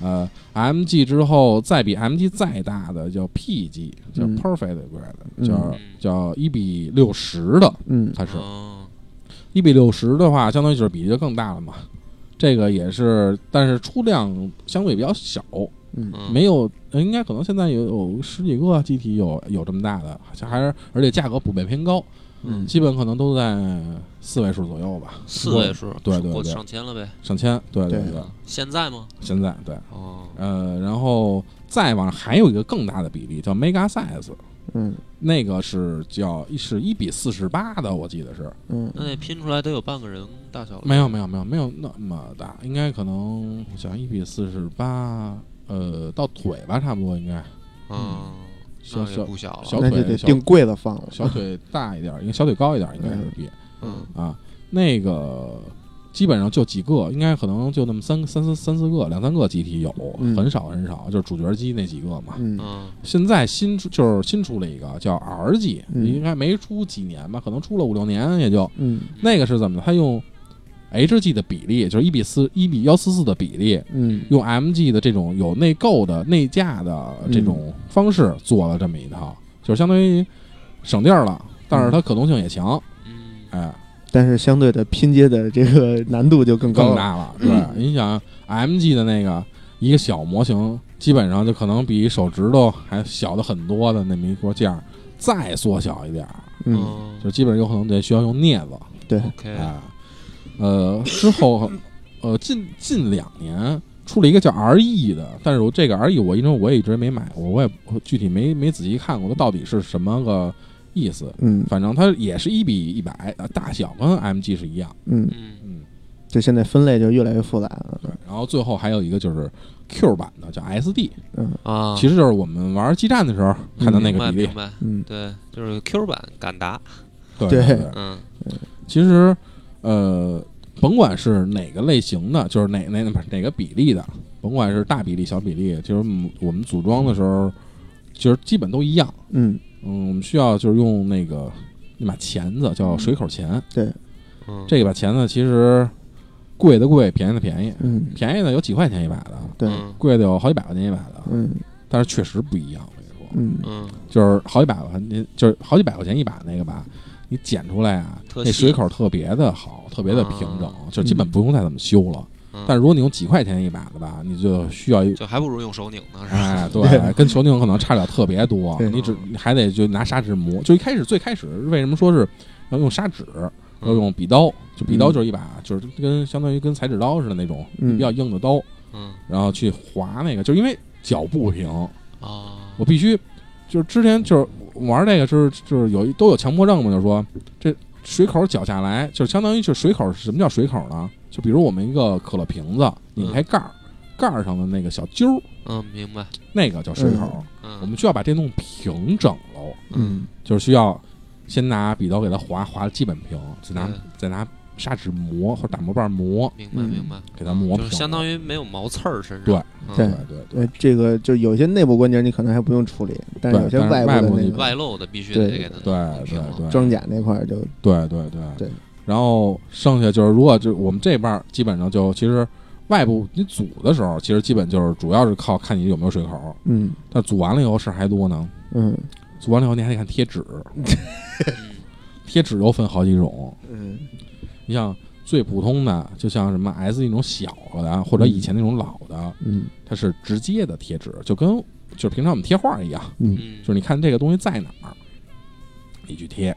[SPEAKER 2] 呃，MG 之后再比 MG 再大的叫 PG，叫
[SPEAKER 3] 嗯
[SPEAKER 2] Perfect Grade，、
[SPEAKER 3] 嗯
[SPEAKER 2] 叫叫一比六十的，
[SPEAKER 3] 嗯
[SPEAKER 2] 它是
[SPEAKER 1] 哦
[SPEAKER 2] 一比六十的话，相当于就是比这更大了嘛。这个也是，但是出量相对比较小，
[SPEAKER 3] 嗯
[SPEAKER 1] 嗯
[SPEAKER 2] 没有，呃应该可能现在有有十几个机体有有这么大的，好像还是而且价格普遍偏高，
[SPEAKER 1] 嗯
[SPEAKER 2] 基本可能都在四位数左右吧，
[SPEAKER 1] 四位数，
[SPEAKER 2] 对对
[SPEAKER 1] 我
[SPEAKER 2] 对
[SPEAKER 1] 上千了呗。
[SPEAKER 2] 上千，对对
[SPEAKER 3] 对
[SPEAKER 2] 对，
[SPEAKER 1] 现在吗？
[SPEAKER 2] 现在对，
[SPEAKER 1] 哦，
[SPEAKER 2] 呃，然后再往上还有一个更大的比例叫 mega size，
[SPEAKER 3] 嗯
[SPEAKER 2] 那个是叫是一比四十八的，我记得是，
[SPEAKER 3] 嗯
[SPEAKER 1] 那得拼出来得有半个人大小了。
[SPEAKER 2] 没有没有没有没有那么大，应该可能我想一比四十八，呃，到腿吧，差不多应该
[SPEAKER 1] 嗯，
[SPEAKER 2] 小
[SPEAKER 1] 那也
[SPEAKER 2] 小
[SPEAKER 1] 不小了。
[SPEAKER 2] 小
[SPEAKER 3] 那就得
[SPEAKER 2] 腿
[SPEAKER 3] 定柜子放了，
[SPEAKER 2] 小腿大一点儿，应该小腿高一点儿，应该是比
[SPEAKER 1] 嗯
[SPEAKER 2] 啊那个基本上就几个，应该可能就那么三三四三四个两三个集体有，
[SPEAKER 3] 嗯
[SPEAKER 2] 很少很少，就是主角机那几个嘛。
[SPEAKER 3] 嗯
[SPEAKER 1] 嗯
[SPEAKER 2] 现在新出就是新出了一个叫 R 级，
[SPEAKER 3] 嗯
[SPEAKER 2] 应该没出几年吧，可能出了五六年也就。
[SPEAKER 3] 嗯
[SPEAKER 2] 那个是怎么的？它用 HG 的比例，就是一比四一比幺四四的比例，
[SPEAKER 3] 嗯
[SPEAKER 2] 用 MG 的这种有内购的内架的这种方式做了这么一套，就是相当于省地儿了，但是它可动性也强，
[SPEAKER 1] 嗯
[SPEAKER 2] 哎，
[SPEAKER 3] 但是相对的拼接的这个难度就更高
[SPEAKER 2] 更
[SPEAKER 3] 了，
[SPEAKER 2] 大了。对，你想 MG 的那个一个小模型，基本上就可能比手指头还小的很多的那么一块件儿，再缩小一点儿，
[SPEAKER 3] 嗯
[SPEAKER 1] 嗯
[SPEAKER 2] 就基本上有可能得需要用镊子。
[SPEAKER 3] 对，
[SPEAKER 1] ，OK，
[SPEAKER 2] 啊，呃，之后呃近近两年出了一个叫 R E 的，但是我这个 R E 我因为我也一直没买过，我也我具体没没仔细看过它到底是什么个意思。
[SPEAKER 3] 嗯
[SPEAKER 2] 反正它也是一比一呃百，大小跟 M G 是一样。
[SPEAKER 3] 嗯，
[SPEAKER 1] 嗯
[SPEAKER 2] 嗯，
[SPEAKER 3] 就现在分类就越来越复杂了，
[SPEAKER 2] 对。然然后最后还有一个就是 Q 版的叫 SD，
[SPEAKER 3] 嗯
[SPEAKER 1] 啊，
[SPEAKER 2] 其实就是我们玩基站的时候看到那
[SPEAKER 1] 明
[SPEAKER 2] 个
[SPEAKER 1] 白
[SPEAKER 2] 比例
[SPEAKER 1] 明。白，
[SPEAKER 3] 嗯，
[SPEAKER 1] 对，就是 Q 版敢达，
[SPEAKER 2] 对
[SPEAKER 3] 对
[SPEAKER 2] 对，对
[SPEAKER 1] 嗯
[SPEAKER 2] 其实呃，甭管是哪个类型的，就是哪哪不是哪个比例的，甭管是大比例小比例，其实我们我们组装的时候，其实基本都一样。
[SPEAKER 3] 嗯，
[SPEAKER 2] 嗯，我们需要就是用那个那把钳子叫水口钳，
[SPEAKER 1] 嗯，
[SPEAKER 2] 这把钳子其实贵的贵，便宜的便宜，
[SPEAKER 3] 嗯，
[SPEAKER 2] 便宜的有几块钱一把的，
[SPEAKER 3] 对，
[SPEAKER 1] 嗯
[SPEAKER 2] 贵的有好几百块钱一把的，
[SPEAKER 3] 嗯
[SPEAKER 2] 但是确实不一样。我跟你说，
[SPEAKER 3] 嗯
[SPEAKER 1] 嗯
[SPEAKER 2] 就是好几百块，你就是好几百块钱一把那个吧，你剪出来啊，
[SPEAKER 1] 特细
[SPEAKER 2] 那
[SPEAKER 1] 啊
[SPEAKER 2] 水口特别的好，特别的平整，就基本不用再怎么修了。
[SPEAKER 1] 嗯，
[SPEAKER 2] 但是如果你用几块钱一把的吧，你就需要一。
[SPEAKER 1] 就还不如用手拧呢，是吧？
[SPEAKER 2] 哎，对，跟球拧可能差不了特别多，
[SPEAKER 3] 对
[SPEAKER 2] 你只你还得就拿砂纸磨。就一开始最开始为什么说是要用砂纸，
[SPEAKER 1] 嗯
[SPEAKER 2] 要用笔刀？就笔刀
[SPEAKER 3] 嗯
[SPEAKER 2] 就是一把，就是跟相当于跟裁纸刀似的那种
[SPEAKER 3] 嗯
[SPEAKER 2] 比较硬的刀，
[SPEAKER 1] 嗯
[SPEAKER 2] 然后去划那个，就是因为脚不平，
[SPEAKER 1] 啊
[SPEAKER 2] 我必须就是之前就是玩那个就是就是有一都有强迫症嘛，就说这水口绞下来，就是相当于就是水口什么叫水口呢？就比如我们一个可乐瓶子拧开盖儿，盖儿上的那个小揪儿，
[SPEAKER 1] 嗯，明白，
[SPEAKER 2] 那个叫水口。
[SPEAKER 1] 嗯，
[SPEAKER 2] 我们需要把这弄平整喽，
[SPEAKER 1] 嗯
[SPEAKER 2] 就是需要先拿笔刀给它划划基本平，再拿
[SPEAKER 1] 对
[SPEAKER 2] 再拿砂纸磨或者打磨棒磨，
[SPEAKER 1] 明白
[SPEAKER 3] 嗯
[SPEAKER 1] 明白，
[SPEAKER 2] 给它磨
[SPEAKER 1] 就
[SPEAKER 2] 平
[SPEAKER 1] 是
[SPEAKER 2] 了。
[SPEAKER 1] 相当于没有毛刺儿身上，
[SPEAKER 2] 对
[SPEAKER 1] 嗯
[SPEAKER 2] 对
[SPEAKER 3] 对
[SPEAKER 2] 对对
[SPEAKER 3] 呃，这个就有些内部关节你可能还不用处理，但是有些
[SPEAKER 2] 对但是外
[SPEAKER 3] 部
[SPEAKER 2] 部
[SPEAKER 3] 的那
[SPEAKER 2] 你
[SPEAKER 3] 个
[SPEAKER 1] 外露的必须
[SPEAKER 3] 对
[SPEAKER 1] 得给它
[SPEAKER 2] 对
[SPEAKER 1] 弄平了
[SPEAKER 2] 对对，
[SPEAKER 3] 装甲那块儿就
[SPEAKER 2] 对对对
[SPEAKER 3] 对
[SPEAKER 2] 然后剩下就是，如果就我们这半儿基本上就其实外部你组的时候，其实基本就是主要是靠看你有没有水口。
[SPEAKER 3] 嗯
[SPEAKER 2] 但组完了以后事儿还多呢，
[SPEAKER 3] 嗯
[SPEAKER 2] 组完了以后你还得看贴纸，
[SPEAKER 1] 嗯
[SPEAKER 2] 贴纸又分好几种。
[SPEAKER 3] 嗯
[SPEAKER 2] 你像最普通的，就像什么 S 那种小的，或者以前那种老的，
[SPEAKER 3] 嗯
[SPEAKER 2] 它是直接的贴纸，就跟就是平常我们贴画一样，
[SPEAKER 3] 嗯
[SPEAKER 1] 嗯，
[SPEAKER 2] 就是你看这个东西在哪儿，你去贴，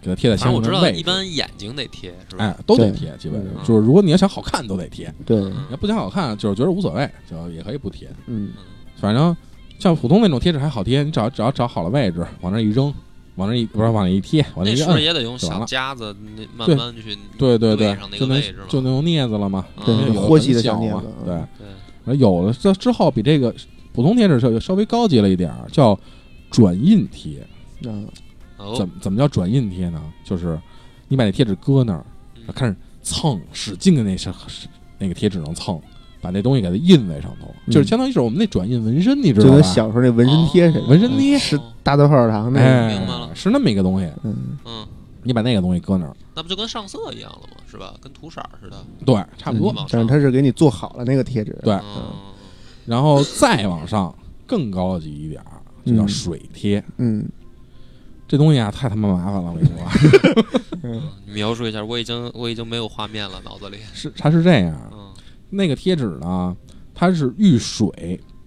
[SPEAKER 2] 给它贴在
[SPEAKER 1] 反正
[SPEAKER 2] 相
[SPEAKER 1] 我
[SPEAKER 2] 应
[SPEAKER 1] 知
[SPEAKER 2] 的
[SPEAKER 1] 道
[SPEAKER 2] 位
[SPEAKER 1] 一
[SPEAKER 2] 置。
[SPEAKER 1] 般眼睛得贴，是吧？
[SPEAKER 2] 哎，都得
[SPEAKER 3] 对
[SPEAKER 2] 贴，基本上
[SPEAKER 1] 嗯
[SPEAKER 2] 就是如果你要想好看都得贴，
[SPEAKER 3] 对
[SPEAKER 2] 嗯你要不想好看就是觉得无所谓，就也可以不贴。
[SPEAKER 3] 嗯
[SPEAKER 2] 反正像普通那种贴纸还好贴，你只要只要找好了位置，往那儿一扔，往那儿一不是往那儿一贴，往那
[SPEAKER 1] 那
[SPEAKER 2] 儿一
[SPEAKER 1] 是不是
[SPEAKER 2] 摁，
[SPEAKER 1] 也得用
[SPEAKER 2] 就完
[SPEAKER 1] 小
[SPEAKER 2] 了
[SPEAKER 1] 夹子，那慢
[SPEAKER 2] 对
[SPEAKER 1] 慢去
[SPEAKER 2] 对对对
[SPEAKER 1] 上，那
[SPEAKER 2] 就
[SPEAKER 1] 个
[SPEAKER 2] 能
[SPEAKER 1] 位置嘛？
[SPEAKER 2] 就能用镊子了嘛，
[SPEAKER 1] 嗯
[SPEAKER 3] 对
[SPEAKER 2] 因为有的
[SPEAKER 3] 豁细的
[SPEAKER 2] 很小
[SPEAKER 3] 小镊
[SPEAKER 2] 嘛
[SPEAKER 3] 子，嗯
[SPEAKER 2] 对。
[SPEAKER 1] 对，
[SPEAKER 2] 然后有了这之后，比这个普通贴纸就稍微高级了一点儿，叫转印贴。
[SPEAKER 3] 啊
[SPEAKER 1] 哦
[SPEAKER 2] 怎，么怎么叫转印贴呢？就是你把那贴纸搁那儿，
[SPEAKER 1] 嗯
[SPEAKER 2] 开始蹭，使劲的那上那个贴纸能蹭，把那东西给它印在上头，
[SPEAKER 3] 嗯
[SPEAKER 2] 就是相当于是我们那转印纹身，你知
[SPEAKER 3] 就
[SPEAKER 2] 道吧
[SPEAKER 3] 跟？小时候那纹身贴似
[SPEAKER 1] 哦
[SPEAKER 3] 的，
[SPEAKER 2] 纹身贴
[SPEAKER 3] 是大字泡泡糖那个，
[SPEAKER 2] 哎
[SPEAKER 1] 明白了，
[SPEAKER 2] 是那么一个东西。
[SPEAKER 3] 嗯
[SPEAKER 1] 嗯，
[SPEAKER 2] 你把那个东西搁那儿，
[SPEAKER 1] 那不就跟上色一样了吗？是吧？跟涂色儿似的，
[SPEAKER 2] 对，差不
[SPEAKER 1] 你
[SPEAKER 2] 多。
[SPEAKER 1] 往
[SPEAKER 3] 嗯
[SPEAKER 1] 上
[SPEAKER 3] 但是它是给你做好了那个贴纸，
[SPEAKER 2] 对
[SPEAKER 1] 嗯
[SPEAKER 2] 然后再往上更高级一点儿，就叫水贴。
[SPEAKER 3] 嗯
[SPEAKER 2] 这东西啊，太他妈麻烦了，我跟你 说，
[SPEAKER 3] 嗯
[SPEAKER 1] 嗯，你描述一下，我已经我已经没有画面了，脑子里，
[SPEAKER 2] 是它是这样，
[SPEAKER 1] 嗯，
[SPEAKER 2] 那个贴纸呢，它是遇水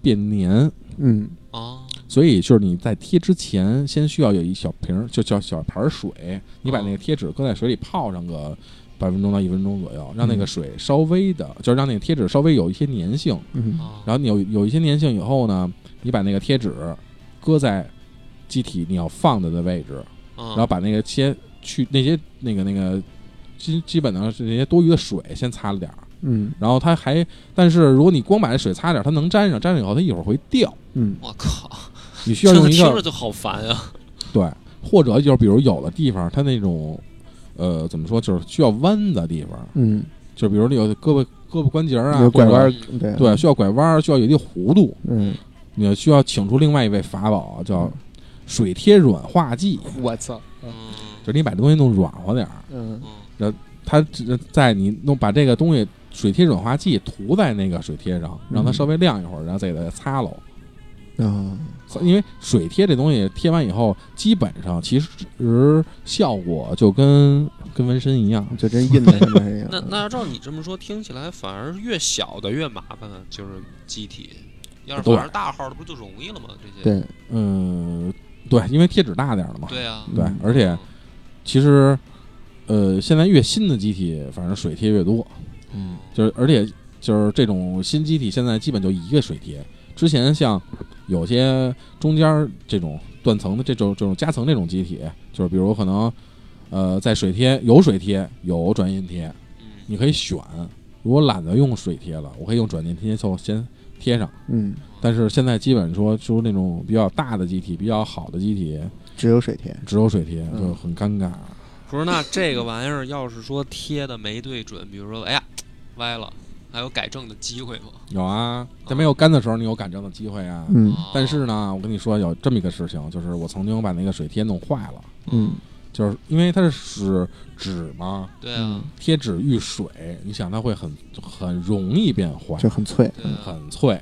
[SPEAKER 2] 变粘，
[SPEAKER 3] 嗯
[SPEAKER 1] 哦，
[SPEAKER 2] 所以就是你在贴之前，先需要有一小瓶儿，就叫小盘儿水，你把那个贴纸搁在水里泡上个半分钟到一分钟左右，让那个水稍微的，就是让那个贴纸稍微有一些粘性。
[SPEAKER 3] 嗯
[SPEAKER 1] 哦
[SPEAKER 2] 然后你有有一些粘性以后呢，你把那个贴纸搁在机体你要放的的位置，
[SPEAKER 1] 嗯
[SPEAKER 2] 然后把那个些去那些那个那个基基本上是那些多余的水先擦了点儿。
[SPEAKER 3] 嗯
[SPEAKER 2] 然后它还，但是如果你光把那水擦点儿，它能沾上，沾上以后它一会儿会掉。
[SPEAKER 3] 嗯
[SPEAKER 1] 我靠，
[SPEAKER 2] 你需要用一
[SPEAKER 1] 听着
[SPEAKER 2] 个
[SPEAKER 1] 就好烦啊！
[SPEAKER 2] 对，或者就是比如有的地方它那种，呃，怎么说，就是需要弯的地方，
[SPEAKER 3] 嗯，
[SPEAKER 2] 就比如你有胳膊胳膊关节儿啊，
[SPEAKER 3] 有拐
[SPEAKER 2] 或者
[SPEAKER 3] 弯儿
[SPEAKER 1] 嗯，
[SPEAKER 3] 对
[SPEAKER 2] 对，，需要拐弯儿，需要有一定弧度，
[SPEAKER 3] 嗯，
[SPEAKER 2] 你需要请出另外一位法宝啊叫
[SPEAKER 3] 嗯
[SPEAKER 2] 水贴软化剂，
[SPEAKER 3] 我操，
[SPEAKER 1] 嗯
[SPEAKER 2] 就是你把这东西弄软和点儿，
[SPEAKER 3] 嗯
[SPEAKER 1] 嗯
[SPEAKER 2] 它只在你弄把这个东西水贴软化剂涂在那个水贴上，让它
[SPEAKER 3] 嗯
[SPEAKER 2] 稍微晾一会儿，然后再给它擦喽。
[SPEAKER 3] 啊，
[SPEAKER 2] 因为水贴这东西贴完以后，基本上其实效果就跟跟纹身一样，
[SPEAKER 3] 就真印在上面一样，
[SPEAKER 2] 嗯
[SPEAKER 1] 那那要照你这么说，听起来反而越小的越麻烦，啊就是机体。要是
[SPEAKER 2] 对
[SPEAKER 1] 反而大号的不就容易了吗？这些
[SPEAKER 3] 对，
[SPEAKER 2] 嗯，对，因为贴纸大点儿了嘛。
[SPEAKER 1] 对啊，
[SPEAKER 2] 对
[SPEAKER 3] 嗯
[SPEAKER 2] 而且其实，呃，现在越新的机体，反正水贴越多，
[SPEAKER 1] 嗯，
[SPEAKER 2] 就是而且就是这种新机体，现在基本就一个水贴。之前像有些中间儿这种断层的这种这种夹层这种机体，就是比如可能，呃，在水贴有水贴有转印贴，
[SPEAKER 1] 嗯
[SPEAKER 2] 你可以选，如果懒得用水贴了，我可以用转粘贴就先贴上。
[SPEAKER 3] 嗯，
[SPEAKER 2] 但是现在基本说，就是那种比较大的机体、比较好的机体，
[SPEAKER 3] 只有水贴。
[SPEAKER 2] 只有水贴，
[SPEAKER 3] 嗯
[SPEAKER 2] 就很尴尬。啊
[SPEAKER 1] 不是，那这个玩意儿要是说贴的没对准，比如说，哎呀，歪了，还有改正的机会吗？
[SPEAKER 2] 有啊，在没有干的时候，你有改正的机会啊。
[SPEAKER 3] 哦嗯
[SPEAKER 1] 哦
[SPEAKER 2] 但是呢，我跟你说有这么一个事情，就是我曾经把那个水贴弄坏了，
[SPEAKER 3] 嗯，
[SPEAKER 2] 就是因为它是使纸嘛，
[SPEAKER 1] 对啊，
[SPEAKER 2] 贴纸遇水，你想它会很很容易变坏，
[SPEAKER 3] 嗯就很脆。
[SPEAKER 1] 对啊，
[SPEAKER 2] 很脆。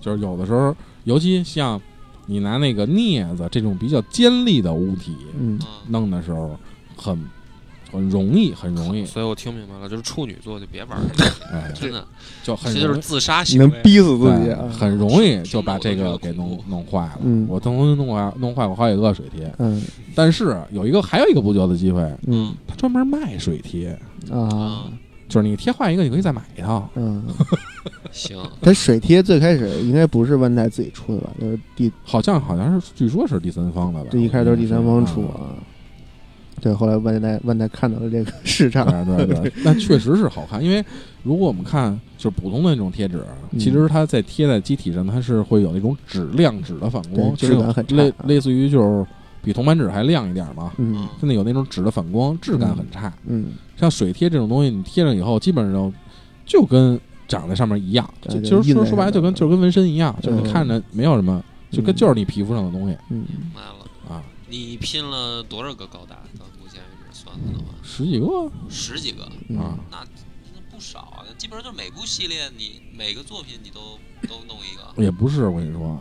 [SPEAKER 2] 就是有的时候，尤其像你拿那个镊子这种比较尖利的物体
[SPEAKER 3] 嗯，
[SPEAKER 1] 嗯
[SPEAKER 2] 弄的时候，很很容易，很容易，
[SPEAKER 1] 所以我听明白了，就是处女座就别玩儿了，
[SPEAKER 2] 哎，
[SPEAKER 1] 真的，
[SPEAKER 2] 就很
[SPEAKER 1] 这
[SPEAKER 2] 容易
[SPEAKER 1] 就是自杀
[SPEAKER 3] 你
[SPEAKER 1] 行
[SPEAKER 3] 能
[SPEAKER 1] 为。
[SPEAKER 3] 逼死自己
[SPEAKER 2] 对，
[SPEAKER 3] 啊！
[SPEAKER 2] 很容易就把这
[SPEAKER 1] 听着
[SPEAKER 2] 个
[SPEAKER 1] 我都觉得
[SPEAKER 2] 给
[SPEAKER 1] 恐
[SPEAKER 2] 弄
[SPEAKER 1] 怖
[SPEAKER 2] 弄坏了。
[SPEAKER 3] 嗯
[SPEAKER 2] 我曾经弄坏弄坏过好几个水贴，
[SPEAKER 3] 嗯
[SPEAKER 2] 但是有一个还有一个不救的机会，
[SPEAKER 3] 嗯
[SPEAKER 2] 他专门卖水贴，
[SPEAKER 3] 啊
[SPEAKER 2] 就是你贴坏一个，你可以再买一套。
[SPEAKER 3] 嗯，
[SPEAKER 1] 行，
[SPEAKER 3] 它水贴最开始应该不是万代自己出的吧？就是第
[SPEAKER 2] 好像好像是，据说是第三方的吧？
[SPEAKER 3] 这一开始都是第三方出
[SPEAKER 2] 啊。
[SPEAKER 3] 啊。对，后来万代万代看到了这个市场，
[SPEAKER 2] 对对对，那确实是好看。因为如果我们看就是普通的那种贴纸，
[SPEAKER 3] 嗯
[SPEAKER 2] 其实它在贴在机体上，它是会有那种纸亮纸的反光，
[SPEAKER 3] 对
[SPEAKER 2] 就是
[SPEAKER 3] 质感很差
[SPEAKER 2] 类类似于就是比铜版纸还亮一点嘛。
[SPEAKER 3] 嗯
[SPEAKER 1] 嗯，
[SPEAKER 2] 真的有那种纸的反光，质感很差。
[SPEAKER 3] 嗯，
[SPEAKER 2] 像水贴这种东西，你贴上以后，基本上就跟长在上面一样，就
[SPEAKER 3] 对就
[SPEAKER 2] 就是
[SPEAKER 3] 印
[SPEAKER 2] 说
[SPEAKER 3] 在
[SPEAKER 2] 说白了，
[SPEAKER 3] 上
[SPEAKER 2] 就跟
[SPEAKER 3] 面
[SPEAKER 2] 就跟纹身一样，就是你
[SPEAKER 3] 嗯
[SPEAKER 2] 看着没有什么，就跟
[SPEAKER 3] 嗯
[SPEAKER 2] 就是你皮肤上的东西
[SPEAKER 3] 嗯，
[SPEAKER 1] 明白了。
[SPEAKER 2] 啊，
[SPEAKER 1] 你拼了多少个高达？到目前为止算了的话，
[SPEAKER 2] 十几个
[SPEAKER 1] 十几个，
[SPEAKER 3] 嗯
[SPEAKER 2] 啊，
[SPEAKER 1] 那那不少啊。基本上就是每部系列，你每个作品你都都弄一个啊。
[SPEAKER 2] 也不是我跟你说，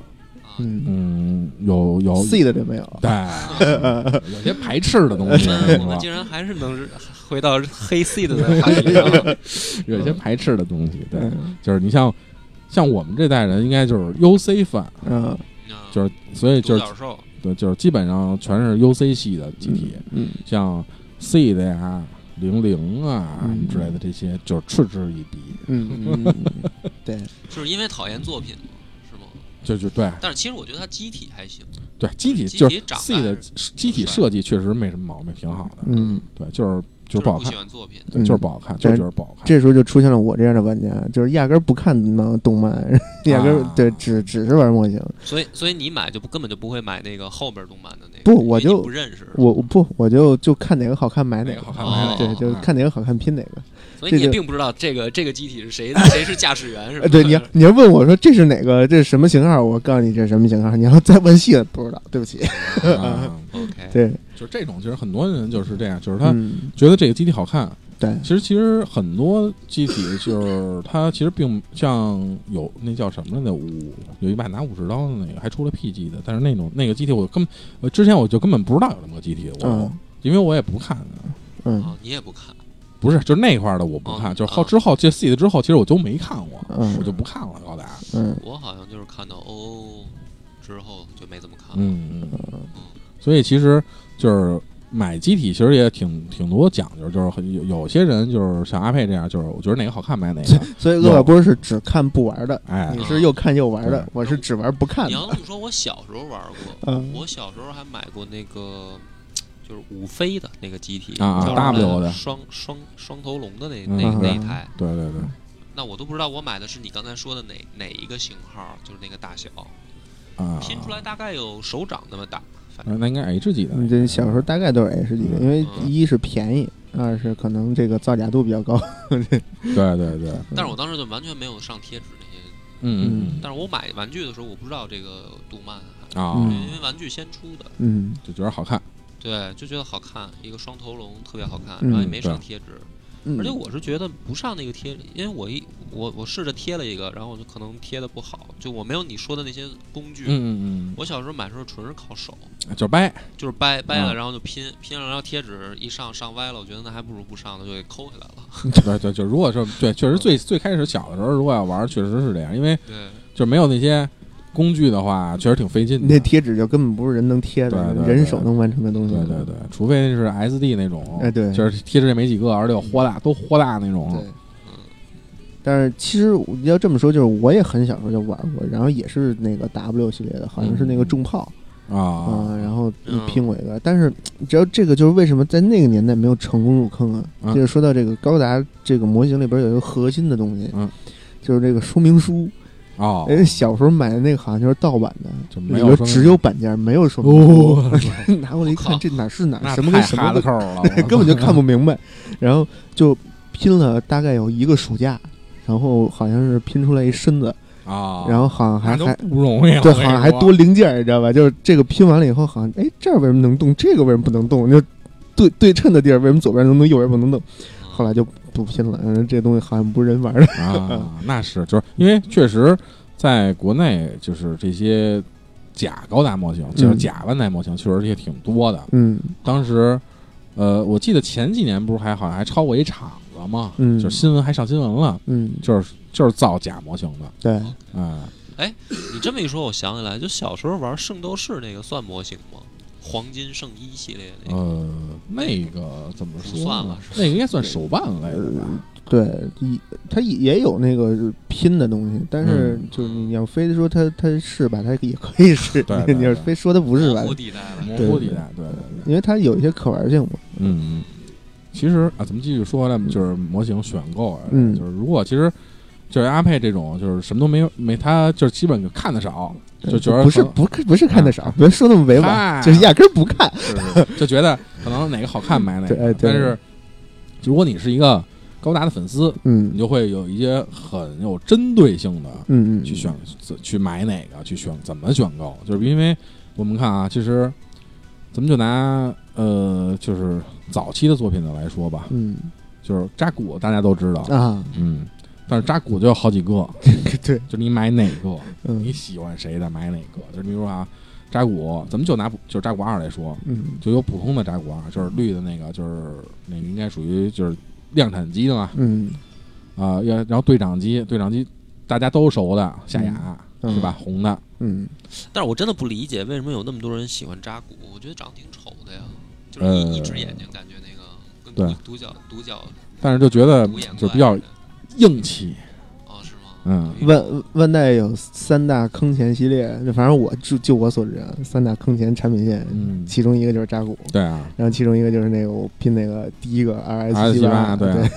[SPEAKER 3] 嗯
[SPEAKER 2] 嗯，有有
[SPEAKER 3] ，C 的就没有。
[SPEAKER 2] 对，有些排斥的 东西，
[SPEAKER 1] 那我们竟
[SPEAKER 2] 是吧
[SPEAKER 1] 然还是能回到黑 C 的话题上。
[SPEAKER 2] 有些排斥的东西，对，
[SPEAKER 3] 嗯
[SPEAKER 2] 就是你像像我们这代人，应该就是 UC 范，
[SPEAKER 3] 嗯，
[SPEAKER 1] 嗯
[SPEAKER 2] 就是所以
[SPEAKER 1] 独
[SPEAKER 2] 就是
[SPEAKER 1] 角兽，
[SPEAKER 2] 对，就是基本上全是 UC 系的集体，
[SPEAKER 3] 嗯，
[SPEAKER 2] 像 C 的呀、零零啊
[SPEAKER 3] 嗯
[SPEAKER 2] 什么之类的这些，就是嗤之以鼻，
[SPEAKER 3] 嗯嗯，嗯对，
[SPEAKER 1] 就是因为讨厌作品嘛，是吗？
[SPEAKER 2] 就就对
[SPEAKER 1] 但是其实我觉得它机体还行，
[SPEAKER 2] 对，机体
[SPEAKER 1] 机体
[SPEAKER 2] 就是
[SPEAKER 1] 长
[SPEAKER 2] C 的
[SPEAKER 1] 得
[SPEAKER 2] 机体设计确实没什么毛病，挺好的，
[SPEAKER 3] 嗯，
[SPEAKER 2] 对，就是
[SPEAKER 1] 就
[SPEAKER 2] 就
[SPEAKER 1] 是
[SPEAKER 2] 不好
[SPEAKER 1] 不
[SPEAKER 2] 看
[SPEAKER 1] 喜，欢作品。
[SPEAKER 2] 对，就是不好看，就
[SPEAKER 3] 但
[SPEAKER 2] 是
[SPEAKER 3] 是
[SPEAKER 2] 就是不好看，
[SPEAKER 3] 这时候就出现了我这样的玩家，就是压根儿不看漫动漫，压根儿
[SPEAKER 2] 啊
[SPEAKER 3] 对只只是玩模型。
[SPEAKER 1] 所以所以你买就不根本就不会买那个后边动漫的那个，
[SPEAKER 3] 不
[SPEAKER 1] 因为
[SPEAKER 3] 我
[SPEAKER 1] 你
[SPEAKER 3] 就
[SPEAKER 1] 不认识，
[SPEAKER 3] 我我不我就就看哪个好看买
[SPEAKER 2] 哪
[SPEAKER 3] 哪
[SPEAKER 2] 个
[SPEAKER 3] 个，
[SPEAKER 2] 好看
[SPEAKER 1] 买哪个
[SPEAKER 3] 对，就是
[SPEAKER 2] 啊
[SPEAKER 3] 看哪个好看拼哪个。
[SPEAKER 1] 所以你
[SPEAKER 3] 这
[SPEAKER 1] 也
[SPEAKER 3] 就
[SPEAKER 1] 并不知道这个这个机体是谁谁是驾驶员是吧？
[SPEAKER 3] 呃，对，你要你要问我说这是哪个，这是什么型号？我告诉你这是什么型号。你要再问细了，不知道，对不起。
[SPEAKER 2] 啊
[SPEAKER 1] OK，
[SPEAKER 3] 对，
[SPEAKER 2] 就是这种，其实很多人就是这样，就是他
[SPEAKER 3] 嗯，
[SPEAKER 2] 觉得这个机体好看，
[SPEAKER 3] 对，
[SPEAKER 2] 其实其实很多机体就是它其实并像有那叫什么来着，五有一把拿武士刀的那个还出了 PG 的，但是那种那个机体我根本呃之前我就根本不知道有那么个机体，我、
[SPEAKER 3] 嗯
[SPEAKER 2] 因为我也不看，
[SPEAKER 3] 嗯
[SPEAKER 1] 哦，你也不看，
[SPEAKER 2] 不是就是那块儿的我不看，
[SPEAKER 1] 哦
[SPEAKER 2] 就是后
[SPEAKER 1] 嗯
[SPEAKER 2] 之后这 C 的之后，其实我都没看过，
[SPEAKER 3] 嗯
[SPEAKER 2] 我就不看了高达，
[SPEAKER 3] 嗯
[SPEAKER 1] 我好像就是看到 O 之后就没怎么看了。
[SPEAKER 2] 嗯嗯，所以其实就是。买机体其实也挺挺多讲究，就是很有有些人就是像阿佩这样，就是我觉得哪个好看买哪个，
[SPEAKER 3] 所以恶霸波是只看不玩的，
[SPEAKER 2] 哎
[SPEAKER 3] 你，是又看又玩的
[SPEAKER 2] 对，
[SPEAKER 3] 我是只玩不看
[SPEAKER 1] 你要
[SPEAKER 3] 的。
[SPEAKER 1] 这么说，我小时候玩过，
[SPEAKER 3] 嗯
[SPEAKER 1] 我小时候还买过那个。就是五飞的那个机体
[SPEAKER 2] 啊啊
[SPEAKER 1] 叫什么
[SPEAKER 2] W 的
[SPEAKER 1] 双双双头龙的那
[SPEAKER 2] 嗯
[SPEAKER 1] 那那一
[SPEAKER 3] 嗯
[SPEAKER 1] 台，
[SPEAKER 2] 对对对，
[SPEAKER 1] 那我都不知道我买的是你刚才说的哪哪一个型号，就是那个大小，
[SPEAKER 2] 啊，
[SPEAKER 1] 拼出来大概有手掌那么大，反
[SPEAKER 2] 啊
[SPEAKER 1] 正
[SPEAKER 2] 那应该 H 级的那个，
[SPEAKER 3] 你这小时候大概都是 H 级的，因为
[SPEAKER 1] 嗯
[SPEAKER 3] 一是便宜，二是可能这个造假度比 较高。
[SPEAKER 2] 对对对，
[SPEAKER 1] 但是我当时就完全没有上贴纸那些。
[SPEAKER 2] 嗯嗯
[SPEAKER 1] 但是我买玩具的时候，我不知道这个动漫，
[SPEAKER 2] 嗯啊，
[SPEAKER 3] 嗯
[SPEAKER 1] 因为玩具先出的，
[SPEAKER 3] 嗯
[SPEAKER 2] 就觉得好看，
[SPEAKER 1] 对，就觉得好看，一个双头龙特别好看，
[SPEAKER 3] 嗯
[SPEAKER 1] 然后也没
[SPEAKER 2] 对
[SPEAKER 1] 上贴纸，
[SPEAKER 3] 嗯
[SPEAKER 1] 而且我是觉得不上那个贴，因为我一我我试着贴了一个，然后我就可能贴的不好，就我没有你说的那些工具。
[SPEAKER 2] 嗯嗯
[SPEAKER 1] 我小时候买的时候纯是靠手，
[SPEAKER 2] 嗯，就掰，
[SPEAKER 1] 就是掰掰
[SPEAKER 2] 嗯
[SPEAKER 1] 了，然后就拼拼了，然后贴纸一上上歪了，我觉得那还不如不上呢，就给抠下来了。
[SPEAKER 2] 对对，就如果是对，确实最最开始小的时候，如果要玩，确实是这样，因为
[SPEAKER 1] 对，
[SPEAKER 2] 就没有那些工具的话，确实挺费劲
[SPEAKER 3] 那
[SPEAKER 2] 的。
[SPEAKER 3] 贴纸就根本不是人能贴的
[SPEAKER 2] 对对，对
[SPEAKER 3] 人手能完成的东西。
[SPEAKER 2] 对对对，除非是 SD 那种，
[SPEAKER 3] 哎对
[SPEAKER 2] 就是贴纸也没几个，而且又豁大，都豁大那种，
[SPEAKER 3] 对。嗯但是其实我要这么说，就是我也很小时候就玩过，然后也是那个 W 系列的，好像是那个重炮，
[SPEAKER 2] 啊
[SPEAKER 3] 啊，然后一
[SPEAKER 1] 嗯
[SPEAKER 3] 批某一个，但是只要这个就是为什么在那个年代没有成功入坑啊？
[SPEAKER 2] 嗯
[SPEAKER 3] 就是说到这个高达这个模型里边有一个核心的东西，
[SPEAKER 2] 嗯
[SPEAKER 3] 就是这个说明书。
[SPEAKER 2] 哦
[SPEAKER 3] 人、，小时候买的那个好像就是盗版的，
[SPEAKER 2] 就
[SPEAKER 3] 里
[SPEAKER 2] 没有
[SPEAKER 3] 边
[SPEAKER 2] 说
[SPEAKER 3] 只哎有版件，没有说明书。
[SPEAKER 2] 哦，
[SPEAKER 3] 拿过来一看，
[SPEAKER 1] 我靠
[SPEAKER 3] 这哪是哪，
[SPEAKER 2] 那
[SPEAKER 3] 什么跟
[SPEAKER 2] 太
[SPEAKER 3] 什
[SPEAKER 2] 哈
[SPEAKER 3] 么
[SPEAKER 2] 的
[SPEAKER 3] 的，
[SPEAKER 2] 扣了，
[SPEAKER 3] 根本就看不明白。然后就拼了大概有一个暑假，然后好像是拼出来一身子，
[SPEAKER 2] 啊，
[SPEAKER 3] 然后好像还
[SPEAKER 2] 那都
[SPEAKER 3] 还
[SPEAKER 2] 不容易了，
[SPEAKER 3] 对，
[SPEAKER 2] 我
[SPEAKER 3] 好
[SPEAKER 2] 跟
[SPEAKER 3] 像
[SPEAKER 2] 你
[SPEAKER 3] 还
[SPEAKER 2] 说
[SPEAKER 3] 多零件儿，你知道吧？就是这个拼完了以后，好像哎，这儿为什么能动，哎这个为什么不能动？就对对称的地儿为什么左边能动，右边不能动？后来就不拼了，嗯，这东西好像不是人玩的。
[SPEAKER 2] 啊，那是，就是因为确实在国内，就是这些假高达模型，就是
[SPEAKER 3] 嗯
[SPEAKER 2] 假万代模型，确实也挺多的。
[SPEAKER 3] 嗯
[SPEAKER 2] 当时，呃，我记得前几年不是还好像还超过一厂子嘛，
[SPEAKER 3] 嗯
[SPEAKER 2] 就是新闻还上新闻了，
[SPEAKER 3] 嗯，
[SPEAKER 2] 就是就是造假模型的，
[SPEAKER 3] 对，
[SPEAKER 2] 啊、
[SPEAKER 1] 嗯你这么一说，我想起来，就小时候玩圣斗士那个算模型吗？黄金圣衣系列那
[SPEAKER 3] 哦
[SPEAKER 1] 个，
[SPEAKER 2] 呃，那个怎么说
[SPEAKER 1] 不哎算
[SPEAKER 2] 呢
[SPEAKER 1] 了？
[SPEAKER 2] 那个应该算手办类的吧？
[SPEAKER 3] 对，也它也也有那个拼的东西，但是
[SPEAKER 2] 嗯
[SPEAKER 3] 就是你要非得说它它是吧，它也可以是；
[SPEAKER 2] 对对
[SPEAKER 3] 你要
[SPEAKER 2] 对
[SPEAKER 3] 非说它不是吧
[SPEAKER 1] 模，糊地带了。
[SPEAKER 2] 模
[SPEAKER 3] 呃对
[SPEAKER 2] 糊
[SPEAKER 3] 对
[SPEAKER 2] 地带，对对对，
[SPEAKER 3] 因为它有一些可玩性嘛。
[SPEAKER 2] 嗯。嗯其实啊，咱们继续说回来，就是模型选购啊，
[SPEAKER 3] 嗯
[SPEAKER 2] 就是如果其实就是阿佩这种，就是什么都没有，没他就是基本就看的少，就觉得
[SPEAKER 3] 不是
[SPEAKER 2] 可能
[SPEAKER 3] 不不是看得少，别说那么委
[SPEAKER 2] 啊嗨
[SPEAKER 3] 婉，就是压根儿不看。
[SPEAKER 2] 就是就觉得可能哪个好看买哪
[SPEAKER 3] 对
[SPEAKER 2] 个。但
[SPEAKER 3] 对
[SPEAKER 2] 是如果你是一个高达的粉丝，
[SPEAKER 3] 嗯
[SPEAKER 2] 你就会有一些很有针对性的
[SPEAKER 3] 嗯嗯，
[SPEAKER 2] 去选、去买哪个，去选怎么选购，就是因为我们看啊，其实咱们就拿呃，就是早期的作品的来说吧，
[SPEAKER 3] 嗯
[SPEAKER 2] 就是扎古大家都知道，
[SPEAKER 3] 啊，
[SPEAKER 2] 嗯，但是扎古就有好几个，
[SPEAKER 3] 对，
[SPEAKER 2] 就是你买哪个，
[SPEAKER 3] 嗯
[SPEAKER 2] 你喜欢谁的买哪个，就是比如说啊，扎古，咱们就拿普就是扎古二来说，
[SPEAKER 3] 嗯
[SPEAKER 2] 就有普通的扎古二，就是绿的那个，就是那个应该属于就是量产机的嘛，
[SPEAKER 3] 嗯
[SPEAKER 2] 啊、要然后队长机，队长机大家都熟的，夏雅、
[SPEAKER 3] 嗯
[SPEAKER 2] 是吧？红的，
[SPEAKER 3] 嗯，
[SPEAKER 1] 但是我真的不理解为什么有那么多人喜欢扎古，我觉得长得挺丑的呀，就是一、
[SPEAKER 2] 呃
[SPEAKER 1] 一只眼睛感觉那个跟
[SPEAKER 2] 对
[SPEAKER 1] 独独角独角
[SPEAKER 2] 但是就觉得
[SPEAKER 1] 独眼怪
[SPEAKER 2] 就比较硬气，
[SPEAKER 1] 哦是吗？
[SPEAKER 2] 嗯
[SPEAKER 1] 有一种
[SPEAKER 3] 万万代有三大坑钱系列，反正我就就我所知啊，三大坑钱产品线，
[SPEAKER 2] 嗯，
[SPEAKER 3] 其中一个就是扎古，
[SPEAKER 2] 对啊，
[SPEAKER 3] 然后其中一个就是那个我拼那个第一个 R
[SPEAKER 2] R
[SPEAKER 3] S
[SPEAKER 2] 七八，
[SPEAKER 3] 对
[SPEAKER 2] 对啊，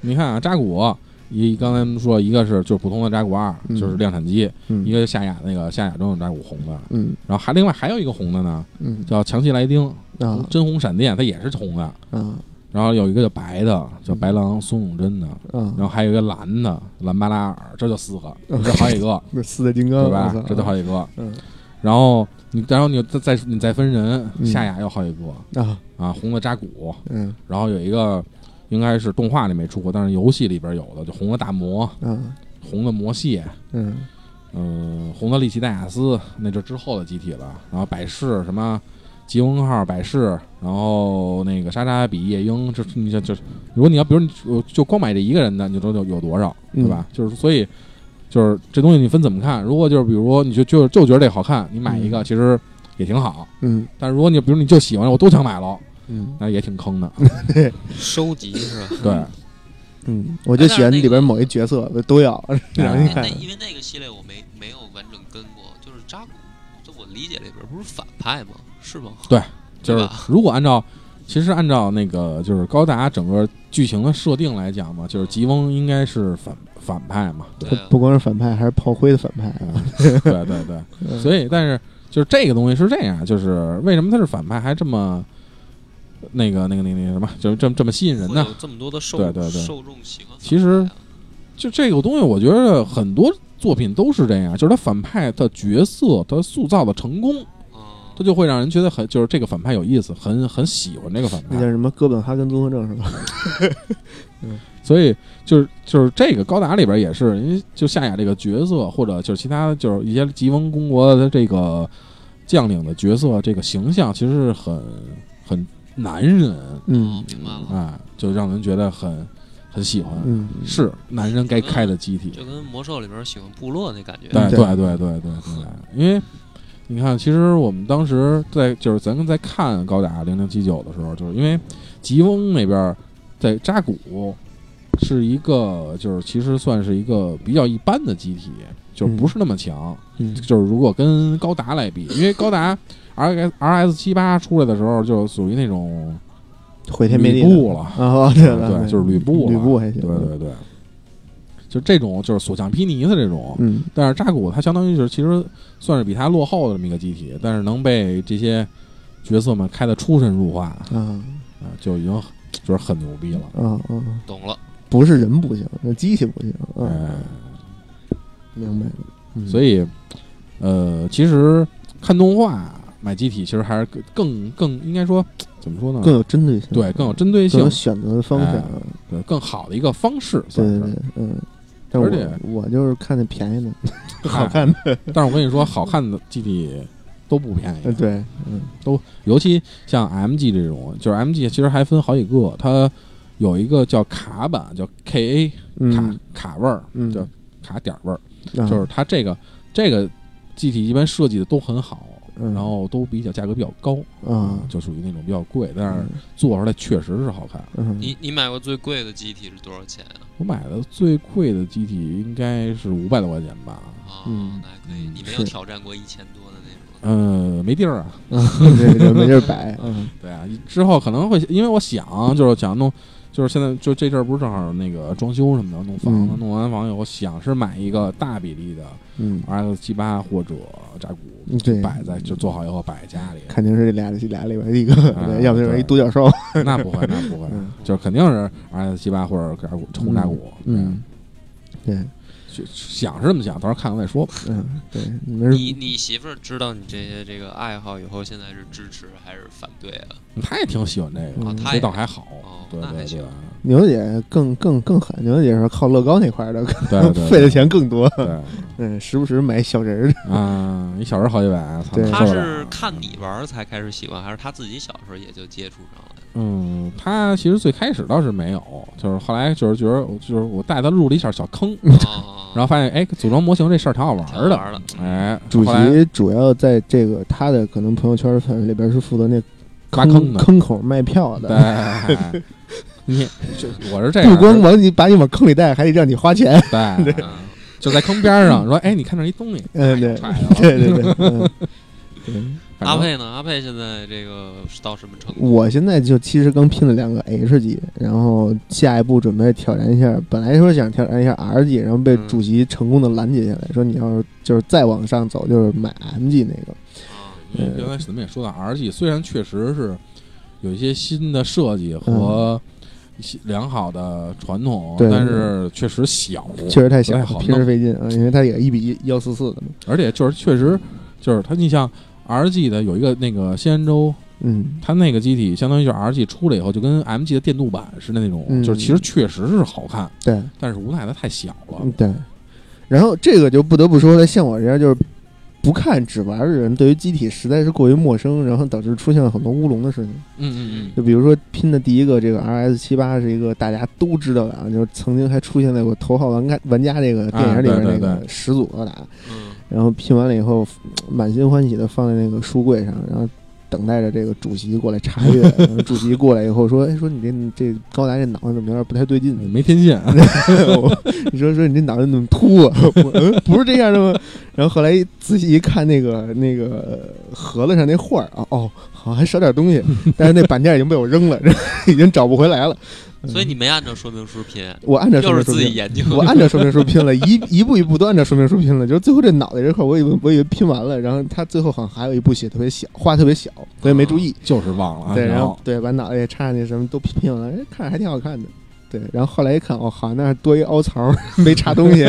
[SPEAKER 2] 你看啊，扎古。一刚才我们说，一个是就是普通的扎古二，
[SPEAKER 3] 嗯
[SPEAKER 2] 就是量产机；
[SPEAKER 3] 嗯
[SPEAKER 2] 一个夏雅那个夏雅中有扎古红的，
[SPEAKER 3] 嗯
[SPEAKER 2] 然后还另外还有一个红的呢，
[SPEAKER 3] 嗯
[SPEAKER 2] 叫强袭莱丁，
[SPEAKER 3] 啊
[SPEAKER 2] 真红闪电，它也是红的。
[SPEAKER 3] 啊
[SPEAKER 2] 然后有一个叫白的，叫白狼孙永贞的，然
[SPEAKER 3] 啊，
[SPEAKER 2] 后还有一个蓝的蓝巴拉尔，这就四个，
[SPEAKER 3] 嗯
[SPEAKER 2] 这好几 个，
[SPEAKER 3] 不是四大金刚
[SPEAKER 2] 对吧
[SPEAKER 3] 我操？
[SPEAKER 2] 这就好几个。
[SPEAKER 3] 嗯
[SPEAKER 2] 然后你，然后你再再你再分人，
[SPEAKER 3] 嗯
[SPEAKER 2] 夏雅有好几个
[SPEAKER 3] 啊
[SPEAKER 2] 啊，红的扎古，
[SPEAKER 3] 嗯
[SPEAKER 2] 然后有一个应该是动画里没出过，但是游戏里边有的，就红的大魔，
[SPEAKER 3] 啊
[SPEAKER 2] 红的魔蟹，
[SPEAKER 3] 嗯
[SPEAKER 2] 嗯，红的利奇戴亚斯，那就之后的机体了。然后百事什么吉翁号百事，然后那个莎莎比夜鹰，这你这这，如果你要比如你就就光买这一个人的，你都有有多少，对吧？就是所以就是这东西你分怎么看？如果就是比如说你就就就觉得这好看，你买一个其实也挺好。
[SPEAKER 3] 嗯
[SPEAKER 2] 但如果你比如你就喜欢，我都想买了，
[SPEAKER 3] 嗯
[SPEAKER 2] 那也挺坑的。
[SPEAKER 1] 收集是吧？
[SPEAKER 2] 对，
[SPEAKER 3] 嗯，我就喜欢里边某一角色，都要， 然后一
[SPEAKER 1] 因为
[SPEAKER 3] 看
[SPEAKER 1] 那，因为那个系列我没没有完整跟过，就是扎古，就我理解里边不是反派吗？是吗？
[SPEAKER 2] 就
[SPEAKER 1] 对
[SPEAKER 2] 是
[SPEAKER 1] 吧
[SPEAKER 2] 如果按照，其实按照那个就是高达整个剧情的设定来讲嘛，就是吉翁应该是反反派嘛，对
[SPEAKER 1] 对啊
[SPEAKER 3] 不光是反派，还是炮灰的反派啊。
[SPEAKER 2] 嗯 对对对，
[SPEAKER 3] 嗯
[SPEAKER 2] 所以但是就是这个东西是这样，就是为什么他是反派还这么那个那个那个那个什么，就是这么这么吸引人
[SPEAKER 1] 会
[SPEAKER 2] 呢
[SPEAKER 1] 有？这么多的受
[SPEAKER 2] 对对对
[SPEAKER 1] 受众喜欢反派啊，
[SPEAKER 2] 其实就这个东西，我觉得很多作品都是这样，就是他反派的角色他塑造的成功，
[SPEAKER 1] 嗯，
[SPEAKER 2] 他就会让人觉得很就是这个反派有意思，很很喜欢这个反派
[SPEAKER 3] 那。叫什么哥本哈根综合症是吧？
[SPEAKER 2] 所以就是就是这个高达里边也是，因为就夏雅这个角色，或者就是其他就是一些吉翁公国的这个将领的角色，这个形象其实是很很男人
[SPEAKER 3] 嗯
[SPEAKER 1] 哦，明白了，
[SPEAKER 2] 啊，就让人觉得很很喜欢，
[SPEAKER 3] 嗯，
[SPEAKER 2] 是男人该开的机体。
[SPEAKER 1] 就跟魔兽里边喜欢部落那感觉，
[SPEAKER 2] 对
[SPEAKER 3] 嗯
[SPEAKER 2] 对对对对对，因为你看，其实我们当时在就是咱们在看高达零零七九的时候，就是因为吉翁那边在扎古是一个就是其实算是一个比较一般的机体，就是不是那么强。
[SPEAKER 3] 嗯
[SPEAKER 2] 就是如果跟高达来比，因为高达 R S R S 七八出来的时候就属于那种
[SPEAKER 3] 毁天灭
[SPEAKER 2] 吕
[SPEAKER 3] 地
[SPEAKER 2] 布
[SPEAKER 3] 的嗯
[SPEAKER 2] 了，嗯
[SPEAKER 3] 啊，对了
[SPEAKER 2] 对，就是吕布了，
[SPEAKER 3] 吕布还行，
[SPEAKER 2] 对对对，就这种就是所向披靡的这种。
[SPEAKER 3] 嗯，
[SPEAKER 2] 但是扎古他相当于就是其实算是比他落后的这么一个机体，但是能被这些角色们开的出神入化啊、
[SPEAKER 3] 啊
[SPEAKER 2] 就已经很就是很牛逼了。
[SPEAKER 3] 啊啊！
[SPEAKER 1] 懂了，
[SPEAKER 3] 不是人不行，那机器不行。嗯，
[SPEAKER 2] 哎，
[SPEAKER 3] 明白了。嗯
[SPEAKER 2] 所以呃，其实看动画买机体其实还是更更应该说怎么说呢？
[SPEAKER 3] 更有针对性，
[SPEAKER 2] 对更有针对
[SPEAKER 3] 更
[SPEAKER 2] 性
[SPEAKER 3] 有，选择的方向。
[SPEAKER 2] 哎对更好的一个方式算
[SPEAKER 3] 对对
[SPEAKER 2] 是。
[SPEAKER 3] 对，嗯。但我
[SPEAKER 2] 而且
[SPEAKER 3] 我就是看那便宜的，
[SPEAKER 2] 哎
[SPEAKER 3] 好看的。
[SPEAKER 2] 但是我跟你说，好看的机体都不便宜，
[SPEAKER 3] 对，嗯
[SPEAKER 2] 尤其像 MG 这种，就是 MG 其实还分好几个，它有一个叫卡版，叫 KA 卡、
[SPEAKER 3] 嗯
[SPEAKER 2] 卡味儿，
[SPEAKER 3] 嗯，
[SPEAKER 2] 就卡点儿味儿，
[SPEAKER 3] 啊
[SPEAKER 2] 就是它这个这个机体一般设计的都很好，
[SPEAKER 3] 嗯
[SPEAKER 2] 然后都比较价格比较高
[SPEAKER 3] 啊
[SPEAKER 2] 就属于那种比较贵，但是做出来确实是好看。
[SPEAKER 3] 嗯，
[SPEAKER 1] 你你买过最贵的机体是多少钱啊？
[SPEAKER 2] 我买的最贵的机体应该是五百多块钱吧，
[SPEAKER 1] 哦，
[SPEAKER 3] 嗯
[SPEAKER 1] 那还可以，你没有
[SPEAKER 3] 是
[SPEAKER 1] 挑战过一千多的那种。
[SPEAKER 2] 嗯、没地儿啊，
[SPEAKER 3] 对对，没地儿摆。嗯
[SPEAKER 2] 对啊，之后可能会，因为我想就是想弄，就是现在就这阵儿不是正好那个装修什么的，弄房子，
[SPEAKER 3] 嗯
[SPEAKER 2] 弄完房以后想是买一个大比例的
[SPEAKER 3] 嗯，
[SPEAKER 2] RX 七八或者扎古，
[SPEAKER 3] 对，，
[SPEAKER 2] 摆在就做好以后摆家里
[SPEAKER 3] 肯定是这俩俩里边一个，
[SPEAKER 2] 啊
[SPEAKER 3] 对要不就是一独角兽。
[SPEAKER 2] 那不会，那不会
[SPEAKER 3] 嗯，
[SPEAKER 2] 就是肯定是 RX 七八或者扎古红扎古，
[SPEAKER 3] 嗯，对，
[SPEAKER 2] 对，就想是这么想，到时候看看再说吧。
[SPEAKER 3] 嗯对，你们
[SPEAKER 1] 你你媳妇儿知道你这些这个爱好以后，现在是支持还是反对啊？
[SPEAKER 2] 他也挺喜欢这
[SPEAKER 1] 哦，
[SPEAKER 2] 个，
[SPEAKER 3] 嗯
[SPEAKER 1] 她
[SPEAKER 2] 这
[SPEAKER 1] 也
[SPEAKER 2] 倒还好
[SPEAKER 1] 哦，
[SPEAKER 2] 对
[SPEAKER 1] 那还
[SPEAKER 2] 对对
[SPEAKER 1] 行
[SPEAKER 3] 牛姐更更更狠，牛姐是靠乐高那块儿的，
[SPEAKER 2] 对对，
[SPEAKER 3] 费的钱更多。
[SPEAKER 2] 对
[SPEAKER 3] 嗯，时不时买小人儿的。
[SPEAKER 2] 啊，一小时好几百，操
[SPEAKER 3] 对
[SPEAKER 1] 她
[SPEAKER 2] 受不了
[SPEAKER 1] 是看你玩儿才开始喜欢，还是她自己小时候也就接触上了？
[SPEAKER 2] 嗯，他其实最开始倒是没有，就是后来就是觉得，就是我带他入了一下小坑，
[SPEAKER 3] 嗯
[SPEAKER 1] 哦，
[SPEAKER 2] 然后发现哎，组装模型这事儿挺好玩
[SPEAKER 1] 挺好
[SPEAKER 2] 儿的，
[SPEAKER 1] 玩的，
[SPEAKER 3] 嗯
[SPEAKER 2] 哎，
[SPEAKER 3] 主
[SPEAKER 2] 后来
[SPEAKER 3] 席主要在这个他的可能朋友圈范围里边是负责那
[SPEAKER 2] 挖
[SPEAKER 3] 坑
[SPEAKER 2] 的，
[SPEAKER 3] 坑口卖票
[SPEAKER 2] 对，
[SPEAKER 3] 的，
[SPEAKER 2] 哎你这我是这样，
[SPEAKER 3] 不光往你把你往坑里带，还得让你花钱。
[SPEAKER 2] 对，
[SPEAKER 1] 嗯
[SPEAKER 2] 就在坑边儿上说，哎，你看那儿一东西，
[SPEAKER 3] 嗯，对，
[SPEAKER 2] 踹着了
[SPEAKER 3] 对对对。嗯 对
[SPEAKER 2] 反
[SPEAKER 1] 阿
[SPEAKER 2] 正
[SPEAKER 1] 佩呢？阿佩现在这个是到什么程度？
[SPEAKER 3] 我现在就其实刚拼了两个 H 级，然后下一步准备挑战一下。本来说想挑战一下 R 级，然后被
[SPEAKER 1] 嗯
[SPEAKER 3] 主席成功的拦截下来，说你要是就是再往上走，就是买 MG 那个。
[SPEAKER 1] 啊
[SPEAKER 2] 因为刚才咱们也说到 RG，虽然确实是有一些新的设计和一些良好的传统，
[SPEAKER 3] 嗯对
[SPEAKER 2] 但是确实小，
[SPEAKER 3] 确实太小
[SPEAKER 2] 不太好，
[SPEAKER 3] 平时
[SPEAKER 2] 弄
[SPEAKER 3] 费劲啊，因为它也一比一幺四四的嘛。
[SPEAKER 2] 而且就是确实就是它，你像 RG 的有一个那个仙人州，
[SPEAKER 3] 嗯，
[SPEAKER 2] 它那个机体相当于就是 RG 出来以后就跟 MG 的电镀版似的那种，
[SPEAKER 3] 嗯
[SPEAKER 2] 就是其实确实是好看，
[SPEAKER 3] 对，
[SPEAKER 2] 但是无奈它太小了。
[SPEAKER 3] 嗯对。然后这个就不得不说了，像我这样就是不看只玩的人，对于机体实在是过于陌生，然后导致出现了很多乌龙的事情。
[SPEAKER 2] 嗯
[SPEAKER 3] 就比如说拼的第一个这个 RS 七八是一个大家都知道的啊，就是曾经还出现在过《头号玩家》玩家这个电影里
[SPEAKER 2] 啊
[SPEAKER 3] 边
[SPEAKER 2] 对
[SPEAKER 3] 那
[SPEAKER 2] 对
[SPEAKER 3] 个
[SPEAKER 2] 对
[SPEAKER 3] 始祖高达，
[SPEAKER 1] 嗯，
[SPEAKER 3] 然后拼完了以后，满心欢喜的放在那个书柜上，然后等待着这个主席过来查阅。然后主席过来以后说：“哎，说你这这高达这脑袋怎么有点不太对劲
[SPEAKER 2] 嗯，？没天线，
[SPEAKER 3] 我 你说说你这脑袋怎么秃啊？我嗯，不是这样的吗？然后后来一仔细一看那个那个盒子上那画儿啊，哦，好像还少点东西，但是那板件已经被我扔了， 已经找不回来了。嗯
[SPEAKER 1] 所以你没按照说明书拼，
[SPEAKER 3] 我按照说
[SPEAKER 1] 又
[SPEAKER 3] 明
[SPEAKER 1] 是
[SPEAKER 3] 书
[SPEAKER 1] 自己
[SPEAKER 3] 拼，
[SPEAKER 1] 研究。
[SPEAKER 3] 我按照说明书拼了，一一步一步都按照说明书拼了，就是最后这脑袋这块儿，我以为我以为拼完了，然后他最后好像还有一步写特别小，画特别小，我也没注意。
[SPEAKER 2] 就是忘了啊。
[SPEAKER 3] 对，
[SPEAKER 2] 然
[SPEAKER 3] 然后对，把脑袋也插上去，什么都拼完了，哎，看着还挺好看的。对，然后后来一看，哦，好，那儿 多一凹槽，没插东 西。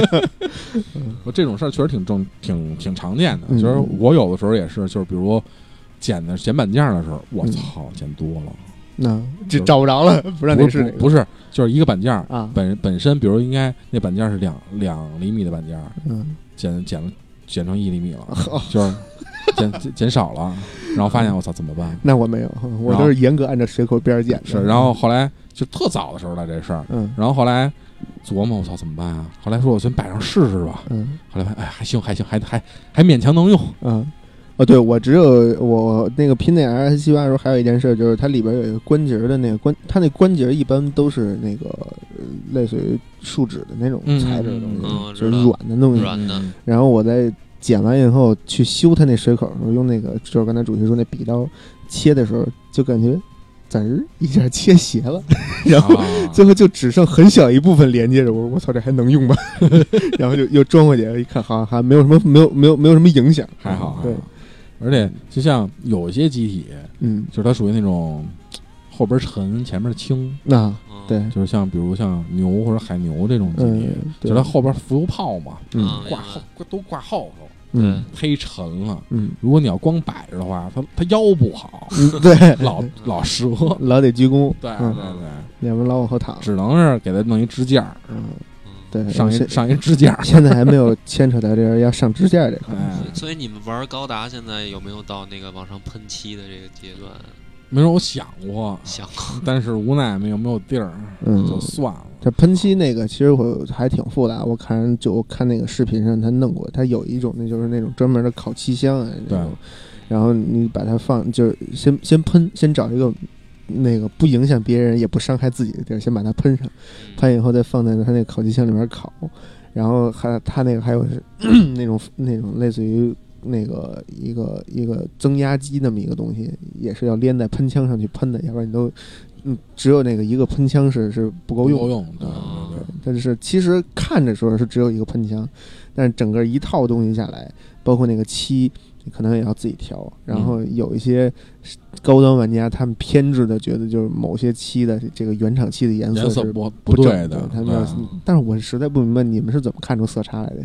[SPEAKER 2] 我这种事儿确实挺正，挺挺常见的。
[SPEAKER 3] 嗯
[SPEAKER 2] 就是我有的时候也是，就是比如捡的捡板件儿的时候，我
[SPEAKER 3] 嗯
[SPEAKER 2] 操，捡多了，
[SPEAKER 3] 那这
[SPEAKER 2] 就是
[SPEAKER 3] 找不着了，不让
[SPEAKER 2] 不
[SPEAKER 3] 你是哪
[SPEAKER 2] 是
[SPEAKER 3] 个
[SPEAKER 2] 不是，就是一个板件儿
[SPEAKER 3] 啊？
[SPEAKER 2] 本本身，比如应该那板件儿是两两厘米的板件儿，
[SPEAKER 3] 嗯，
[SPEAKER 2] 减减了减成一厘米了，
[SPEAKER 3] 好，
[SPEAKER 2] 就是 减减减少了，然后发
[SPEAKER 3] 嗯
[SPEAKER 2] 现我操怎么办？
[SPEAKER 3] 那我没有，我都是严格按照水口边儿剪的。
[SPEAKER 2] 是，然后后来就特早的时候了这事儿，
[SPEAKER 3] 嗯
[SPEAKER 2] 然后后来琢磨我操怎么办啊？后来说我先摆上试试吧，
[SPEAKER 3] 嗯
[SPEAKER 2] 后来发现哎还行还行还还还勉强能用，
[SPEAKER 3] 嗯，哦，对，我只有我那个拼那 S 七八的时候，还有一件事就是它里边有一个关节的那个关，它那关节一般都是那个呃类似于树脂的那种
[SPEAKER 2] 嗯
[SPEAKER 3] 材质的东西，
[SPEAKER 2] 嗯
[SPEAKER 1] 嗯
[SPEAKER 3] 就
[SPEAKER 1] 知
[SPEAKER 3] 是
[SPEAKER 1] 道
[SPEAKER 3] 软的东西。
[SPEAKER 1] 软的
[SPEAKER 2] 嗯
[SPEAKER 3] 然后我在剪完以后去修它那水口的时候，用那个就是刚才主席说那笔刀切的时候，就感觉滋儿一下切 斜了，然后
[SPEAKER 2] 啊
[SPEAKER 3] 最后就只剩很小一部分连接着。我说我操，这还能 用吗？然后就又装回去，一看好像还没有什么没有没有没有什么影响，
[SPEAKER 2] 还好，还好
[SPEAKER 3] 对，
[SPEAKER 2] 而且就像有一些机体，
[SPEAKER 3] 嗯，
[SPEAKER 2] 就是它属于那种嘖后边沉前面轻，
[SPEAKER 3] 那
[SPEAKER 1] 嗯
[SPEAKER 3] 对，
[SPEAKER 2] 就是像比如像牛或者海牛这种机体，
[SPEAKER 3] 嗯，
[SPEAKER 2] 就是它后边浮油炮嘛，
[SPEAKER 1] 嗯
[SPEAKER 3] 嗯
[SPEAKER 1] 明
[SPEAKER 2] 挂
[SPEAKER 1] 白
[SPEAKER 2] 后都挂后头，
[SPEAKER 3] 嗯
[SPEAKER 2] 忒沉了。
[SPEAKER 3] 嗯
[SPEAKER 2] 如果你要光摆着的话，它它腰不好，
[SPEAKER 3] 嗯，对，
[SPEAKER 2] 老老折。
[SPEAKER 3] 老得鞠躬，
[SPEAKER 2] 对对
[SPEAKER 3] 嗯
[SPEAKER 2] 对，
[SPEAKER 3] 要不然老往后躺，
[SPEAKER 2] 只能是给它弄一支架，
[SPEAKER 3] 嗯，
[SPEAKER 1] 嗯
[SPEAKER 3] 对，
[SPEAKER 2] 上一
[SPEAKER 3] 现
[SPEAKER 2] 上一支 架。
[SPEAKER 3] 现在还没有牵扯到这个要上支架这块，
[SPEAKER 2] 哎
[SPEAKER 1] 所，以所以你们玩高达现在有没有到那个往上喷漆的这个阶段？啊
[SPEAKER 2] 没准我想过，
[SPEAKER 1] 想
[SPEAKER 2] 但是无奈没有没有地儿，
[SPEAKER 3] 嗯，
[SPEAKER 2] 就算了。
[SPEAKER 3] 这喷漆那个其实我还挺复杂，我看人就我看那个视频上他弄过，他有一种那就是那种专门的烤漆箱啊，那种，然后你把它放，就是先先喷，先找一个那个不影响别人也不伤害自己的地儿，先把它喷上，喷以后再放在他那个烤漆箱里面烤，然后还他那个还有是 那种那种类似于。那个一个一个增压机那么一个东西，也是要连在喷枪上去喷的，要不然你都，嗯，只有那个一个喷枪是是不够用的
[SPEAKER 2] 够。用，对
[SPEAKER 1] 嗯
[SPEAKER 2] 对对。
[SPEAKER 3] 但是其实看着时候是只有一个喷枪，但是整个一套东西下来，包括那个漆，你可能也要自己调。
[SPEAKER 2] 嗯
[SPEAKER 3] 然后有一些高端玩家，他们偏执的觉得就是某些漆的这个原厂漆的颜
[SPEAKER 2] 颜
[SPEAKER 3] 色
[SPEAKER 2] 色
[SPEAKER 3] 是
[SPEAKER 2] 不
[SPEAKER 3] 不正
[SPEAKER 2] 对
[SPEAKER 3] 的
[SPEAKER 2] 的，，
[SPEAKER 3] 他们
[SPEAKER 2] 对。
[SPEAKER 3] 要
[SPEAKER 2] 啊
[SPEAKER 3] 但是我实在不明白你们是怎么看出色差来的。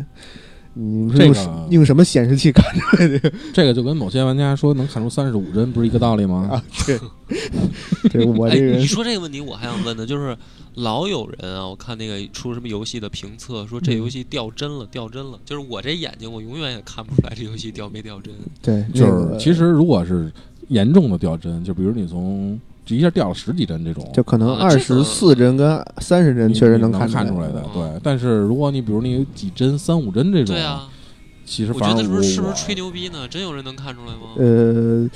[SPEAKER 3] 你们是
[SPEAKER 2] 这个
[SPEAKER 3] 用什用什么显示器看出来的？
[SPEAKER 2] 这个就跟某些玩家说能看出三十五帧不是一个道理吗？
[SPEAKER 3] 啊 这我
[SPEAKER 1] 哎，
[SPEAKER 3] 这个
[SPEAKER 1] 你
[SPEAKER 3] 人，
[SPEAKER 1] 说这个问题，我还想问的就是，老有人啊，我看那个出什么游戏的评测，说这
[SPEAKER 3] 嗯
[SPEAKER 1] 游戏掉帧了，掉帧了。就是我这眼睛，我永远也看不出来这游戏掉没掉帧。
[SPEAKER 3] 对，
[SPEAKER 2] 就
[SPEAKER 3] 那
[SPEAKER 2] 是
[SPEAKER 3] 个
[SPEAKER 2] 其实如果是严重的掉帧，就比如你从就一下掉了十几帧这种，
[SPEAKER 3] 就可能
[SPEAKER 1] 啊
[SPEAKER 3] 二
[SPEAKER 1] 这
[SPEAKER 3] 十
[SPEAKER 1] 个
[SPEAKER 3] 四帧跟三十帧
[SPEAKER 2] 你
[SPEAKER 3] 确实
[SPEAKER 2] 你能
[SPEAKER 3] 看
[SPEAKER 2] 看出
[SPEAKER 3] 来
[SPEAKER 2] 来的。
[SPEAKER 1] 嗯
[SPEAKER 2] 对，但是如果你比如你有几帧、三五帧这种
[SPEAKER 1] 对，啊，
[SPEAKER 2] 其实
[SPEAKER 1] 我
[SPEAKER 2] 反
[SPEAKER 1] 觉
[SPEAKER 2] 而
[SPEAKER 1] 得是不
[SPEAKER 2] 我
[SPEAKER 1] 是是不是吹牛逼呢？真有人能看出来吗？
[SPEAKER 3] 呃，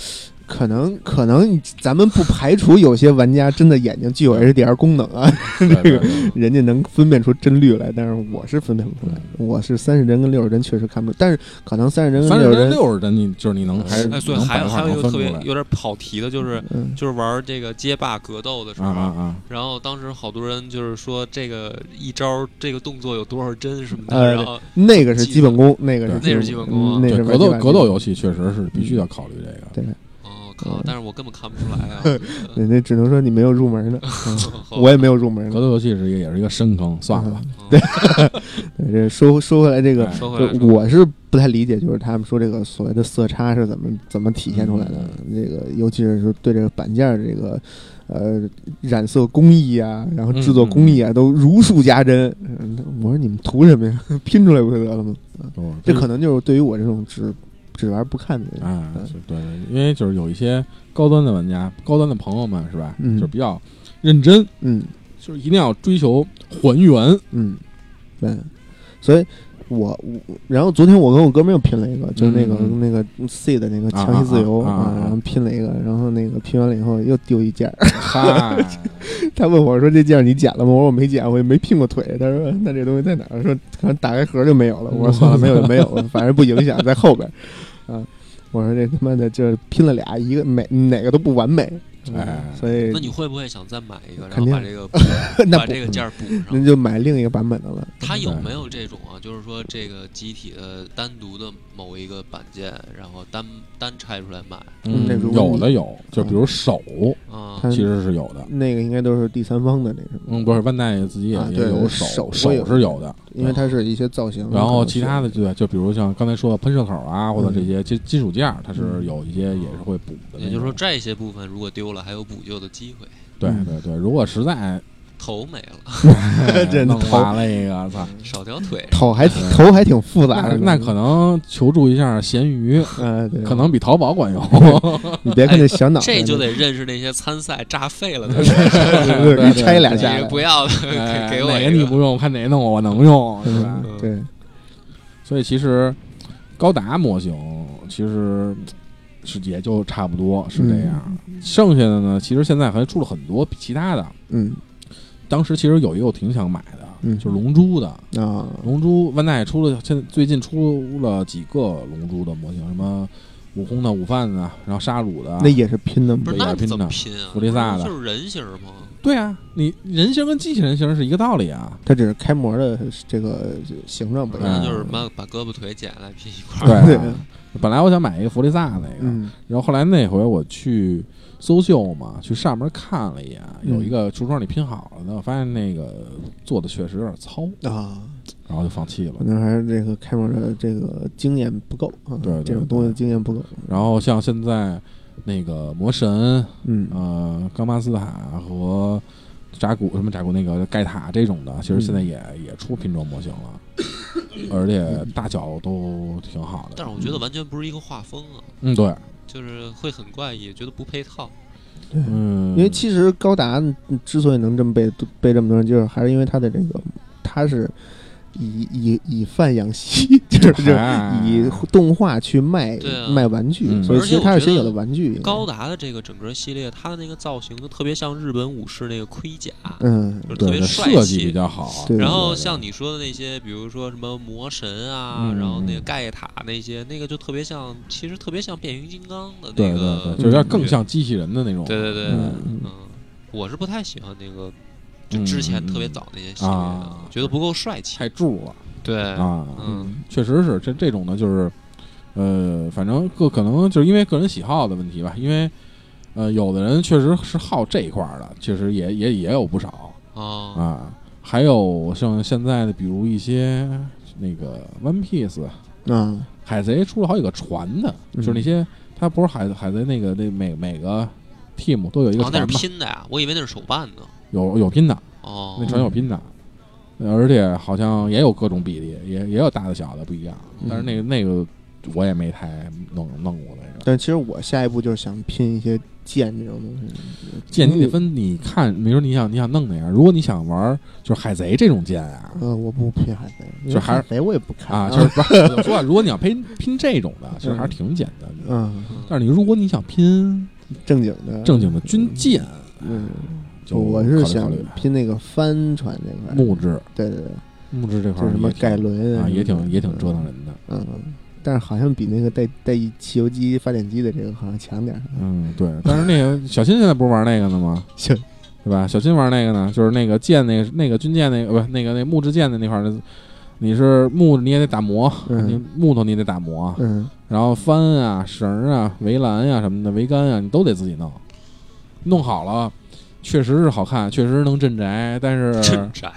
[SPEAKER 3] 可能可能咱们不排除有些玩家真的眼睛具有 HDR 功能啊，
[SPEAKER 2] 对对 对对
[SPEAKER 3] 人家能分辨出帧率来，但是我是分辨不出来的，我是三十帧跟六十帧确实看不出，但是可能嗯三十帧
[SPEAKER 2] 三
[SPEAKER 3] 跟
[SPEAKER 2] 十
[SPEAKER 3] 六
[SPEAKER 2] 帧、
[SPEAKER 3] 帧，
[SPEAKER 2] 六十帧，你就是你能还是
[SPEAKER 1] 哎，所以
[SPEAKER 2] 能
[SPEAKER 1] 还有
[SPEAKER 2] 把
[SPEAKER 1] 还有一
[SPEAKER 2] 能
[SPEAKER 1] 个
[SPEAKER 2] 分
[SPEAKER 1] 特
[SPEAKER 2] 出
[SPEAKER 1] 别
[SPEAKER 2] 来
[SPEAKER 1] 有点跑题的，就是
[SPEAKER 3] 嗯
[SPEAKER 1] 就是玩这个街霸格斗的时
[SPEAKER 2] 啊
[SPEAKER 1] 候，
[SPEAKER 2] 啊啊！
[SPEAKER 1] 然后当时好多人就是说这个一招这个动作有多少帧什么的，
[SPEAKER 3] 呃
[SPEAKER 1] 然后
[SPEAKER 3] 那个是基本功，嗯那个
[SPEAKER 1] 对那
[SPEAKER 3] 是
[SPEAKER 1] 是基本功啊
[SPEAKER 3] 嗯那
[SPEAKER 2] 对
[SPEAKER 3] 是
[SPEAKER 2] 格斗
[SPEAKER 3] 玩
[SPEAKER 2] 格斗游戏确实是必
[SPEAKER 3] 嗯
[SPEAKER 2] 须要考虑这个。
[SPEAKER 3] 对，
[SPEAKER 1] 哦靠，但是我根本看不出 来啊。
[SPEAKER 3] 人家只能说你没有入门呢，嗯
[SPEAKER 1] 好
[SPEAKER 3] 我也没有入门
[SPEAKER 2] 格
[SPEAKER 3] 呢。
[SPEAKER 2] 斗游戏是一个也是一个深坑，算了吧。
[SPEAKER 1] 嗯
[SPEAKER 3] 对，这说说回来这个
[SPEAKER 2] 哎。
[SPEAKER 1] 说回来
[SPEAKER 3] 就
[SPEAKER 1] 说回来，
[SPEAKER 3] 我是不太理解，就是他们说这个所谓的色差是怎么怎么体现出来的？
[SPEAKER 2] 嗯
[SPEAKER 3] 这个尤其是说对这个板件儿这个呃染色工艺啊，然后制
[SPEAKER 2] 嗯
[SPEAKER 3] 作工艺啊，都如数家珍。嗯我说你们图什么呀？ 拼出来不就得了吗？
[SPEAKER 2] 哦
[SPEAKER 3] 嗯这可能就是对于我这种只只玩不看的人，
[SPEAKER 2] 啊，是对，对因为就是有一些高端的玩家、高端的朋友们是吧，
[SPEAKER 3] 嗯
[SPEAKER 2] 就是比较认真，
[SPEAKER 3] 嗯
[SPEAKER 2] 就是一定要追求还原。
[SPEAKER 3] 嗯嗯，所以。我我，然后昨天我跟我哥们儿又拼了一个，就是那个、
[SPEAKER 2] 嗯
[SPEAKER 3] 那个 C 的那个
[SPEAKER 2] 啊
[SPEAKER 3] 强袭自由嗯
[SPEAKER 2] 啊啊啊啊
[SPEAKER 3] 然后拼了一个，然后那个拼完了以后又丢一件儿，
[SPEAKER 2] 嗨，
[SPEAKER 3] 他问我说：“这件你剪了吗？”我说：“我没剪，我也没拼过腿。”他说：“那这东西在哪儿？”说：“可能打开盒就没有了。”我说：“算了，没有就没有了，反正不影响，在后边。”啊，我说这他妈的就是拼了俩，一个每哪个都不完美，嗯
[SPEAKER 2] 哎
[SPEAKER 3] 所以
[SPEAKER 1] 那你会不会想再买一个，然
[SPEAKER 3] 肯
[SPEAKER 1] 后
[SPEAKER 3] 定
[SPEAKER 1] 把这 个
[SPEAKER 3] 那
[SPEAKER 1] 把
[SPEAKER 3] 不
[SPEAKER 1] 这个件嗯儿补
[SPEAKER 3] 那
[SPEAKER 1] 上？
[SPEAKER 3] 就买另一个版本的了。
[SPEAKER 1] 它有
[SPEAKER 2] 对
[SPEAKER 1] 没有这种啊？就是说这个机体的单独的某一个板件，然后单单拆出来买
[SPEAKER 2] 嗯
[SPEAKER 3] 那如果你
[SPEAKER 2] 有的有，就比如手，
[SPEAKER 1] 啊？
[SPEAKER 3] 它
[SPEAKER 2] 其实是有的。
[SPEAKER 3] 那个应该都是第三方的那什么，
[SPEAKER 2] 嗯，不是，万代自己也
[SPEAKER 3] 啊
[SPEAKER 2] 也
[SPEAKER 3] 对
[SPEAKER 2] 有
[SPEAKER 3] 手
[SPEAKER 2] 手，
[SPEAKER 3] 会有
[SPEAKER 2] 是有的。
[SPEAKER 3] 因为它是一些造型。
[SPEAKER 2] 然后其他
[SPEAKER 3] 的
[SPEAKER 2] 的对，就比如像刚才说的喷射口啊，或者这些金金属件儿，它是
[SPEAKER 3] 嗯
[SPEAKER 2] 有一些也是会补的那种。
[SPEAKER 1] 也就是说，这些部分如果丢了，还有补救的机会。
[SPEAKER 2] 对
[SPEAKER 3] 嗯
[SPEAKER 2] 对对，如果实 在哎
[SPEAKER 1] 头没了，
[SPEAKER 3] 真的
[SPEAKER 2] 弄
[SPEAKER 3] 头
[SPEAKER 2] 完了一个，操，
[SPEAKER 1] 少条腿，
[SPEAKER 3] 嗯头还挺头还挺复杂
[SPEAKER 2] 那
[SPEAKER 3] 的，
[SPEAKER 2] 哎那可能求助一下闲鱼，
[SPEAKER 3] 嗯，对
[SPEAKER 2] 可能比淘宝管用。
[SPEAKER 3] 你别看这小脑袋，
[SPEAKER 1] 哎这就得认识那些参赛炸废了的
[SPEAKER 3] 对对对拆俩下来
[SPEAKER 1] 人，不要的
[SPEAKER 2] 哎
[SPEAKER 1] 给给我
[SPEAKER 2] 哪
[SPEAKER 1] 一
[SPEAKER 2] 个你不用，我看哪个弄我，我能用，是吧？
[SPEAKER 3] 嗯对，
[SPEAKER 2] 所以其实高达模型其实是也就差不多是
[SPEAKER 3] 嗯
[SPEAKER 2] 这样。剩下的呢，其实现在还出了很多其他的。
[SPEAKER 3] 嗯
[SPEAKER 2] 当时其实有一个我挺想买的，
[SPEAKER 3] 嗯
[SPEAKER 2] 就是《龙珠》的，
[SPEAKER 3] 啊，
[SPEAKER 2] 《龙珠》万代也出了，现在最近出了几个《龙珠》的模型，什么悟空的、午饭的，然后沙鲁的
[SPEAKER 3] 那。也是拼的吗
[SPEAKER 1] 不是
[SPEAKER 2] 北
[SPEAKER 1] 那
[SPEAKER 2] 亚
[SPEAKER 1] 是怎
[SPEAKER 2] 拼的
[SPEAKER 1] 么拼啊？
[SPEAKER 2] 弗利萨的
[SPEAKER 1] 就是人形儿吗？
[SPEAKER 2] 对啊，你人形跟机器人形是一个道理啊。
[SPEAKER 3] 它只是开模的这个形状不一
[SPEAKER 1] 反
[SPEAKER 3] 样
[SPEAKER 1] 正
[SPEAKER 2] 嗯。
[SPEAKER 1] 就是妈把胳膊腿剪下来拼一块
[SPEAKER 2] 对
[SPEAKER 1] 儿。
[SPEAKER 2] 啊
[SPEAKER 3] 对
[SPEAKER 2] 本来我想买一个弗利萨那个，
[SPEAKER 3] 嗯
[SPEAKER 2] 然后后来那回我去搜秀嘛，去上面看了一眼，
[SPEAKER 3] 嗯
[SPEAKER 2] 有一个橱窗里拼好了的，我发现那个做的确实有点糙，
[SPEAKER 3] 啊，
[SPEAKER 2] 然后就放弃了
[SPEAKER 3] 可。能还是这个开模的这个经验不够啊，
[SPEAKER 2] 对对
[SPEAKER 3] 这种东西的经验不够。
[SPEAKER 2] 然后像现在那个魔神、
[SPEAKER 3] 嗯
[SPEAKER 2] 呃冈巴斯塔和扎古什么扎古那个盖塔这种的，其实现在也、
[SPEAKER 3] 嗯
[SPEAKER 2] 也出拼装模型了，而且大小都挺好
[SPEAKER 3] 嗯
[SPEAKER 2] 的。
[SPEAKER 1] 但是我觉得完全不是一个画风啊，
[SPEAKER 2] 嗯对，
[SPEAKER 1] 就是会很怪异，觉得不配套。
[SPEAKER 2] 嗯，
[SPEAKER 3] 因为其实高达之所以能这么被被这么多人接受，还是因为它的这个它是以以以贩养吸， 就是就是
[SPEAKER 2] 哎
[SPEAKER 3] 以动画去卖
[SPEAKER 1] 对啊
[SPEAKER 3] 卖玩具，
[SPEAKER 2] 嗯
[SPEAKER 3] 所以其实它
[SPEAKER 1] 而
[SPEAKER 3] 是
[SPEAKER 1] 且我觉得
[SPEAKER 3] 先有的玩具。
[SPEAKER 1] 高达的这个整个系列，它的那个造型都特别像日本武士那个盔甲，
[SPEAKER 3] 嗯
[SPEAKER 1] 就是特
[SPEAKER 2] 对
[SPEAKER 1] 别
[SPEAKER 2] 这
[SPEAKER 1] 帅
[SPEAKER 2] 设计比
[SPEAKER 1] 气。
[SPEAKER 2] 较好，啊
[SPEAKER 3] 对
[SPEAKER 1] 然后像你说的那些，比如说什么魔神啊，
[SPEAKER 2] 嗯
[SPEAKER 1] 然后那个盖塔那些，那个就特别像，其实特别像变形金刚的
[SPEAKER 2] 对
[SPEAKER 1] 那
[SPEAKER 2] 对
[SPEAKER 1] 个
[SPEAKER 2] 对，
[SPEAKER 1] 感觉，
[SPEAKER 2] 就有点更像机器人的那种。
[SPEAKER 1] 对对对
[SPEAKER 2] 嗯
[SPEAKER 3] 嗯
[SPEAKER 1] 嗯，我是不太喜欢那个，就之前特别早那些系列
[SPEAKER 2] 嗯
[SPEAKER 1] 的
[SPEAKER 2] 啊，
[SPEAKER 1] 我觉得不够帅气。
[SPEAKER 2] 太住了
[SPEAKER 1] 对，
[SPEAKER 2] 啊，
[SPEAKER 1] 嗯，
[SPEAKER 2] 确实是这这种呢，就是呃，反正个可能就是因为个人喜好的问题吧，因为呃，有的人确实是好这一块儿的，确实也也也有不少
[SPEAKER 1] 哦，
[SPEAKER 2] 啊。还有像现在的，比如一些那个 One Piece，
[SPEAKER 3] 啊，
[SPEAKER 2] 海贼出了好几个船的，
[SPEAKER 3] 嗯
[SPEAKER 2] 就是那些他不是海海贼那个那每每个 team 都有一个
[SPEAKER 1] 哦，那是
[SPEAKER 2] 船吧，
[SPEAKER 1] 拼的呀，我以为那是手办呢。
[SPEAKER 2] 有有拼的，
[SPEAKER 1] 哦
[SPEAKER 2] 那，船有拼的，而且好像也有各种比例，也也有大的小的不一样。
[SPEAKER 3] 嗯
[SPEAKER 2] 但是那个那个我也没太弄弄过那个
[SPEAKER 3] 但其实我下一步就是想拼一些剑这种东西。
[SPEAKER 2] 剑，你得分你看，没准你想你想弄哪样。如果你想玩就是海贼这种剑啊
[SPEAKER 3] 呃，我不拼海贼，因为
[SPEAKER 2] 就还是
[SPEAKER 3] 海贼我也不看
[SPEAKER 2] 啊，就是不是我说啊，如果你想拼拼这种的，其实还是挺简单的。
[SPEAKER 3] 嗯，
[SPEAKER 2] 但是你如果你想拼
[SPEAKER 3] 正经的
[SPEAKER 2] 正经的军舰，
[SPEAKER 3] 嗯，
[SPEAKER 2] 就
[SPEAKER 3] 我
[SPEAKER 2] 考
[SPEAKER 3] 是
[SPEAKER 2] 虑考
[SPEAKER 3] 想
[SPEAKER 2] 虑
[SPEAKER 3] 拼那个帆船那块儿，
[SPEAKER 2] 木质
[SPEAKER 3] 对对对，
[SPEAKER 2] 木质这块
[SPEAKER 3] 就
[SPEAKER 2] 儿
[SPEAKER 3] 是什么
[SPEAKER 2] 也挺
[SPEAKER 3] 盖伦
[SPEAKER 2] 啊，也
[SPEAKER 3] 什么的
[SPEAKER 2] 挺也挺折腾人的。
[SPEAKER 3] 嗯，但是好像比那个带带一汽油机发电机的这个好像强点儿。
[SPEAKER 2] 嗯，对。但是那个小新现在不是玩那个呢吗？
[SPEAKER 3] 行，
[SPEAKER 2] 对吧？小新玩那个呢，就是那个剑，那个那个军舰，那个不是那个那木质剑的那块儿，你是木你也得打磨，
[SPEAKER 3] 嗯
[SPEAKER 2] 你木头你也得打磨，
[SPEAKER 3] 嗯，
[SPEAKER 2] 然后帆啊、绳儿啊、围栏呀、什么的、桅杆啊，你都得自己弄。弄好了，确实是好看，确实能镇宅，但 是
[SPEAKER 1] 真宅，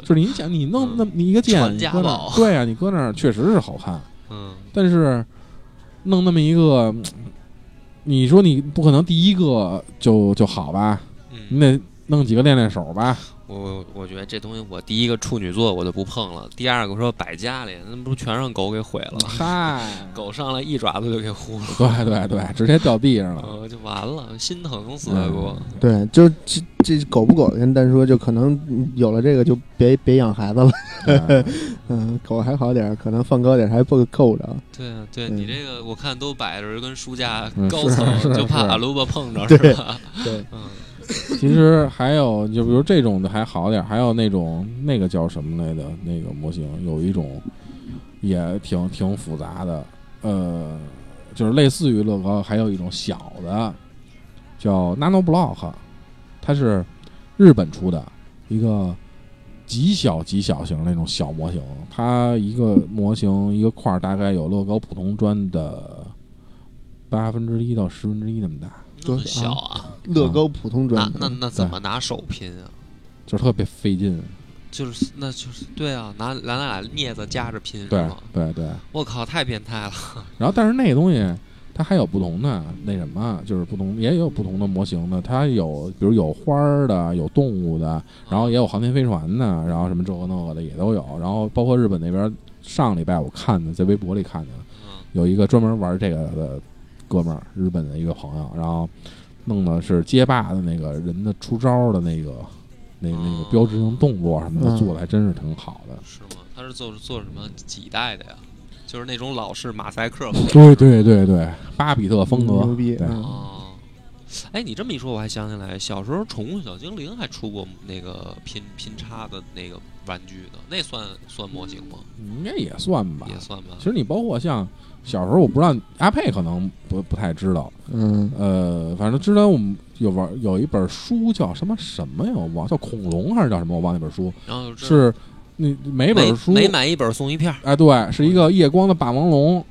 [SPEAKER 2] 就是你想你弄那么你一个剑，
[SPEAKER 1] 嗯传
[SPEAKER 2] 你
[SPEAKER 1] 家
[SPEAKER 2] 搁那儿
[SPEAKER 1] 宝
[SPEAKER 2] 对啊，你搁那儿确实是好看，
[SPEAKER 1] 嗯，
[SPEAKER 2] 但是弄那么一个，你说你不可能第一个就就好吧，你
[SPEAKER 1] 嗯，
[SPEAKER 2] 得弄几个练练手吧。
[SPEAKER 1] 我我我觉得这东西，我第一个处女座我就不碰了，第二个我说摆家里，那不全让狗给毁了吗？
[SPEAKER 2] 嗨，
[SPEAKER 1] 狗上来一爪子就给呼了，
[SPEAKER 2] 对对对，直接掉地上 了。
[SPEAKER 1] 呃，就完了，心疼死
[SPEAKER 2] 嗯
[SPEAKER 1] 了给我。
[SPEAKER 3] 对，就是这这狗不狗跟单说，就可能有了这个就别别养孩子了。
[SPEAKER 2] 对
[SPEAKER 3] 嗯，狗还好点儿，可能放高点儿还不够着。
[SPEAKER 1] 对啊，对
[SPEAKER 3] 嗯
[SPEAKER 1] 你这个我看都摆着跟书架
[SPEAKER 2] 嗯
[SPEAKER 1] 高
[SPEAKER 2] 是是
[SPEAKER 1] 层，就怕
[SPEAKER 2] 是
[SPEAKER 1] 阿鲁巴碰着
[SPEAKER 3] 对
[SPEAKER 1] 是 吧？
[SPEAKER 3] 对，
[SPEAKER 1] 嗯，
[SPEAKER 2] 其实还有，就比如这种的还好点儿，还有那种那个叫什么来的那个模型，有一种也挺挺复杂的，呃，就是类似于乐高，还有一种小的叫 Nano Block，它是日本出的一个极小极小型那种小模型，它一个模型一个块儿大概有乐高普通砖的八分之一到十分之一那么大，
[SPEAKER 1] 那么
[SPEAKER 3] 多
[SPEAKER 1] 小啊，
[SPEAKER 3] 乐高普通
[SPEAKER 1] 那
[SPEAKER 3] 砖，
[SPEAKER 1] 那那怎么拿手拼啊？
[SPEAKER 2] 就是特别费劲。
[SPEAKER 1] 就是，那就是对啊，拿拿俩镊子夹着拼是
[SPEAKER 2] 对
[SPEAKER 1] 吗？
[SPEAKER 2] 对对。
[SPEAKER 1] 我靠，太变态了！
[SPEAKER 2] 然后，但是那个东西它还有不同的那什么，就是不同也有不同的模型的，它有比如有花儿的，有动物的，然后也有航天飞船的，然后什么这个那个的也都有。然后包括日本那边上礼拜我看的，在微博里看的，
[SPEAKER 1] 嗯，
[SPEAKER 2] 有一个专门玩这个的哥们儿，日本的一个朋友，然后弄的是街霸的那个人的出招的那个。那那个标志性动作什么的
[SPEAKER 3] 嗯
[SPEAKER 2] 做的还真是挺好的，
[SPEAKER 1] 是吗？他是做做什么几代的呀？就是那种老式马赛克
[SPEAKER 2] 嗯对对嗯对对，巴比特风格，
[SPEAKER 3] 牛逼
[SPEAKER 2] 对
[SPEAKER 3] 啊！
[SPEAKER 1] 哦，哎，你这么一说，我还想起来，小时候《宠物小精灵》还出过那个拼拼插的那个玩具呢，那算算模型吗？
[SPEAKER 2] 应该也算嗯吧。
[SPEAKER 1] 也算吧
[SPEAKER 2] 其。实你包括像小时候，我不知道阿佩可能不不太知道，
[SPEAKER 3] 嗯，
[SPEAKER 2] 呃，反正知道我们有玩有一本书叫什么什么呀，我忘叫恐龙还是叫什么，我忘了那本书
[SPEAKER 1] 然后这
[SPEAKER 2] 是那每
[SPEAKER 1] 每
[SPEAKER 2] 本书
[SPEAKER 1] 每买一本送一片儿，
[SPEAKER 2] 哎对，是一个夜光的霸王龙，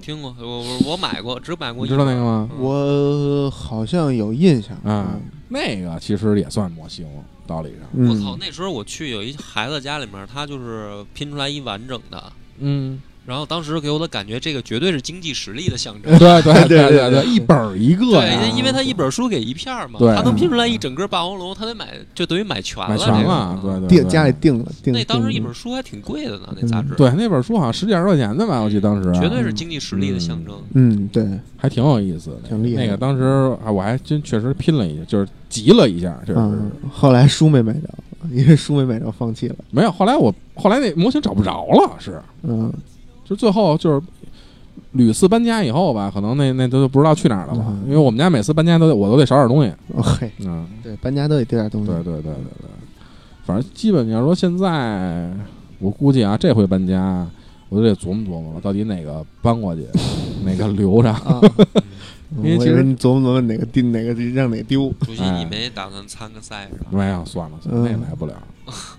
[SPEAKER 1] 听过？我我我买过，只买过一
[SPEAKER 2] 你知道那
[SPEAKER 1] 本
[SPEAKER 2] 个
[SPEAKER 1] 儿
[SPEAKER 2] 吗？
[SPEAKER 1] 嗯
[SPEAKER 3] 我好像有印象
[SPEAKER 2] 啊，那个其实也算模型，道理上，
[SPEAKER 3] 嗯
[SPEAKER 1] 我操！那时候我去有一孩子家里面，他就是拼出来一完整的，
[SPEAKER 2] 嗯，
[SPEAKER 1] 然后当时给我的感觉，这个绝对是经济实力的象征
[SPEAKER 2] 对。对对
[SPEAKER 3] 对对
[SPEAKER 2] 对
[SPEAKER 3] 对
[SPEAKER 2] 一本儿一个呀，
[SPEAKER 1] 对，因为他一本书给一片儿嘛，
[SPEAKER 2] 对
[SPEAKER 1] 他能拼出来一整个霸王龙，他得买，就等于买全了。
[SPEAKER 2] 买全
[SPEAKER 1] 这个
[SPEAKER 2] 了，啊对
[SPEAKER 1] 嗯
[SPEAKER 2] 对对，
[SPEAKER 3] 定家里定了，定
[SPEAKER 1] 那当时一
[SPEAKER 3] 定
[SPEAKER 1] 本书还挺贵的呢，那杂志。
[SPEAKER 2] 对那啊本书好像十几二十块钱的吧，我记得当时
[SPEAKER 1] 绝对是经济实力的象征。
[SPEAKER 3] 嗯，对，
[SPEAKER 2] 还挺有意思的，
[SPEAKER 3] 挺厉害
[SPEAKER 2] 那个
[SPEAKER 3] 的
[SPEAKER 2] 当时啊，我还真确实拼了一下，就是急了一下，就是、
[SPEAKER 3] 嗯，后来书没买着，因为书没买着，放弃了。
[SPEAKER 2] 没有。后来我后来那模型找不着了，是，
[SPEAKER 3] 嗯，
[SPEAKER 2] 就最后就是屡次搬家以后吧，可能那那都不知道去哪儿了吧，
[SPEAKER 3] 嗯
[SPEAKER 2] 因为我们家每次搬家都得我都得少点东西，
[SPEAKER 3] 哦嘿，
[SPEAKER 2] 嗯，
[SPEAKER 3] 对，搬家都得丢点东
[SPEAKER 2] 对
[SPEAKER 3] 西。
[SPEAKER 2] 对对对对，反正基本你要说现在，我估计啊，这回搬家我就得琢磨琢磨了，到底哪个搬过 去，哪个留着。
[SPEAKER 3] 啊，
[SPEAKER 2] 因为
[SPEAKER 3] 我
[SPEAKER 2] 其
[SPEAKER 3] 以
[SPEAKER 2] 实
[SPEAKER 3] 你琢磨琢磨哪个丢哪个让哪个丢，
[SPEAKER 1] 主席，你没打算参个赛是吧？
[SPEAKER 2] 没有，算了，算了，那也
[SPEAKER 3] 嗯
[SPEAKER 2] 来不了。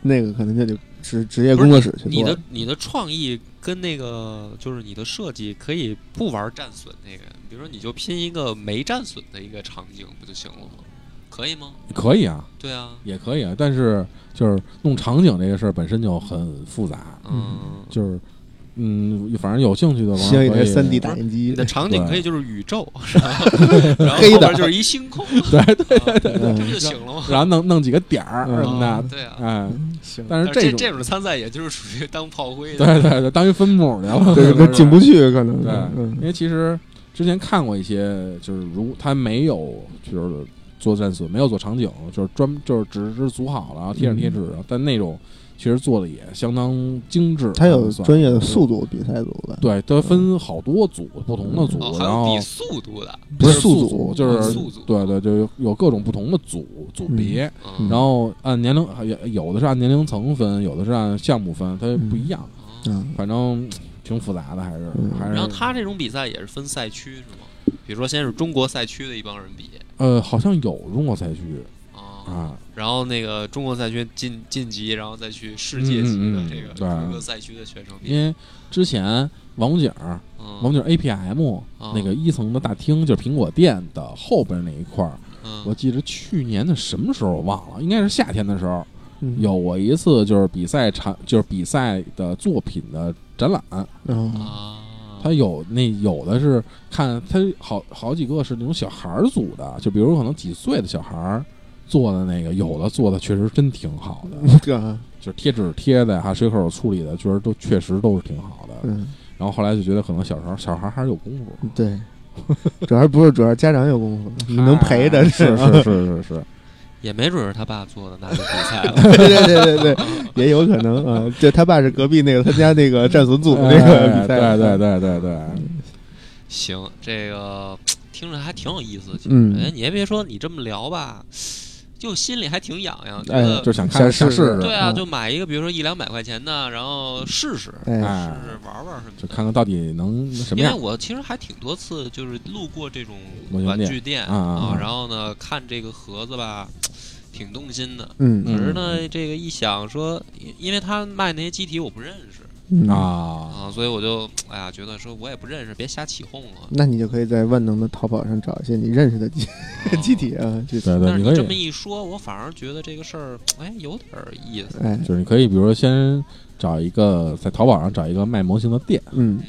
[SPEAKER 3] 那个可能就得职职业
[SPEAKER 1] 不
[SPEAKER 3] 哎工
[SPEAKER 1] 是
[SPEAKER 3] 作室去
[SPEAKER 1] 你
[SPEAKER 3] 做
[SPEAKER 1] 的
[SPEAKER 3] 了。
[SPEAKER 1] 你的创意跟那个就是你的设计可以不玩战损那个，比如说你就拼一个没战损的一个场景不就行了吗？可以吗？
[SPEAKER 2] 可以啊，
[SPEAKER 1] 对啊，
[SPEAKER 2] 也可以啊，但是就是弄场景这个事儿本身就很复杂，
[SPEAKER 1] 嗯，
[SPEAKER 2] 就是嗯，反正有兴趣的网
[SPEAKER 3] 需要一
[SPEAKER 2] 友可
[SPEAKER 3] 台
[SPEAKER 2] 以
[SPEAKER 3] 三 D 打印
[SPEAKER 1] 你
[SPEAKER 3] 机，嗯
[SPEAKER 1] 的场景
[SPEAKER 2] 对
[SPEAKER 1] 可以就是宇 宙，然后然后
[SPEAKER 3] 黑的
[SPEAKER 1] 后边就是一星空，对对对对
[SPEAKER 3] 对
[SPEAKER 1] 这不就行了吗？
[SPEAKER 2] 然后弄弄几个点儿
[SPEAKER 3] 嗯
[SPEAKER 2] 什么
[SPEAKER 1] 啊
[SPEAKER 2] 的，
[SPEAKER 1] 对啊。
[SPEAKER 2] 哎，
[SPEAKER 3] 行，
[SPEAKER 2] 但是
[SPEAKER 1] 但是这
[SPEAKER 2] 种
[SPEAKER 1] 这种参赛也就是属于当炮灰的，啊
[SPEAKER 2] 对对对，当一分母去了，
[SPEAKER 3] 对，
[SPEAKER 2] 是
[SPEAKER 3] 可
[SPEAKER 2] 不是
[SPEAKER 3] 进不去，可能
[SPEAKER 2] 对，因
[SPEAKER 3] 嗯
[SPEAKER 2] 为其实之前看过一些，就是如他没有就是做战损，没有做场景，就是专就是只是组好了，然后贴上贴纸，但那种其实做的也相当精致。
[SPEAKER 3] 他有
[SPEAKER 2] 算
[SPEAKER 3] 专业的速度比赛组的，
[SPEAKER 2] 对，它分好多组，不同的组，
[SPEAKER 1] 哦，还
[SPEAKER 2] 然
[SPEAKER 1] 有
[SPEAKER 2] 后
[SPEAKER 1] 比速度的，
[SPEAKER 2] 不是
[SPEAKER 3] 速
[SPEAKER 2] 组，
[SPEAKER 3] 组
[SPEAKER 2] 就是
[SPEAKER 1] 速组
[SPEAKER 2] 对对，就有有各种不同的组组别，
[SPEAKER 1] 嗯，
[SPEAKER 2] 然后按年龄，也有的是按年龄层分，有的是按项目分，它不一样，
[SPEAKER 1] 哦
[SPEAKER 3] 嗯，
[SPEAKER 2] 反正挺复杂的，还是、
[SPEAKER 3] 嗯
[SPEAKER 2] 还是。
[SPEAKER 1] 然后他这种比赛也是分赛区是吗？比如说先是中国赛区的一帮人比
[SPEAKER 2] 呃，好像有中国赛区
[SPEAKER 1] 啊，
[SPEAKER 2] 啊，
[SPEAKER 1] 然后那个中国赛区晋晋级，然后再去世界级的这个
[SPEAKER 2] 嗯嗯嗯嗯
[SPEAKER 1] 各个赛区的选手
[SPEAKER 2] 因
[SPEAKER 1] 比。
[SPEAKER 2] 为之前王府井儿，
[SPEAKER 1] 嗯
[SPEAKER 2] 王府井 APM、
[SPEAKER 1] 啊
[SPEAKER 2] 那个一层的大厅，就是苹果店的后边那一块儿，我
[SPEAKER 1] 嗯，
[SPEAKER 2] 记得去年的什么时候我忘了，应该是夏天的时候，
[SPEAKER 3] 嗯
[SPEAKER 2] 有过一次就是比赛产，就是比赛的作品的展览，
[SPEAKER 3] 嗯
[SPEAKER 1] 啊，
[SPEAKER 2] 它有那有的是看它好好几个是那种小孩儿组的，就比如可能几岁的小孩儿做的那个，有的做的确实真挺好的，
[SPEAKER 3] 这啊
[SPEAKER 2] 就是贴纸贴的哈，水口处理的，确实都确实都是挺好的。
[SPEAKER 3] 嗯
[SPEAKER 2] 然后后来就觉得可能小时候小孩还是有功夫，
[SPEAKER 3] 对，主要不是主要家长有功夫，你能陪着
[SPEAKER 2] 哎是
[SPEAKER 3] 吧
[SPEAKER 2] 是是是是，
[SPEAKER 1] 也没准是他爸做的那个比赛
[SPEAKER 3] 对 对对对对，也有可能啊。这他爸是隔壁那个他家那个战损组的那个
[SPEAKER 2] 哎
[SPEAKER 3] 比赛，
[SPEAKER 2] 对对对对
[SPEAKER 1] 呃
[SPEAKER 2] 对，
[SPEAKER 1] 行，这个听着还挺有意思。其实
[SPEAKER 3] 嗯
[SPEAKER 1] 哎，你还别说，你这么聊吧，就心里还挺痒痒，觉
[SPEAKER 3] 哎
[SPEAKER 1] 得
[SPEAKER 2] 就想看
[SPEAKER 3] 想试
[SPEAKER 2] 试
[SPEAKER 3] 试
[SPEAKER 1] 对啊，
[SPEAKER 3] 嗯
[SPEAKER 1] 就买一个，比如说一两百块钱的，然后试试，
[SPEAKER 3] 哎，
[SPEAKER 2] 哎
[SPEAKER 1] 试，试玩玩什么的。
[SPEAKER 2] 就看看到底能什么
[SPEAKER 1] 因为
[SPEAKER 2] 样。
[SPEAKER 1] 我其实还挺多次，就是路过这种
[SPEAKER 2] 模型
[SPEAKER 1] 玩
[SPEAKER 2] 店
[SPEAKER 1] 具店
[SPEAKER 2] 啊啊啊
[SPEAKER 1] 然后呢，看这个盒子吧，挺动心的。可
[SPEAKER 3] 嗯
[SPEAKER 1] 是呢，这个一想说，因因为他卖那些机体我不认识
[SPEAKER 3] 嗯，
[SPEAKER 2] 啊，
[SPEAKER 1] 啊，所以我就哎呀，觉得说我也不认识，别瞎起哄了。
[SPEAKER 3] 那你就可以在万能的淘宝上找一些你认识的机
[SPEAKER 1] 啊
[SPEAKER 3] 机体啊，去
[SPEAKER 2] 对
[SPEAKER 1] 但
[SPEAKER 2] 对，
[SPEAKER 1] 是
[SPEAKER 2] 你
[SPEAKER 1] 你
[SPEAKER 2] 可
[SPEAKER 1] 这么
[SPEAKER 2] 以
[SPEAKER 1] 一说，我反而觉得这个事儿，哎，有点儿意思。
[SPEAKER 3] 哎，
[SPEAKER 2] 就是你可以，比如说先找一个在淘宝上找一个卖模型的店，
[SPEAKER 3] 嗯
[SPEAKER 1] 嗯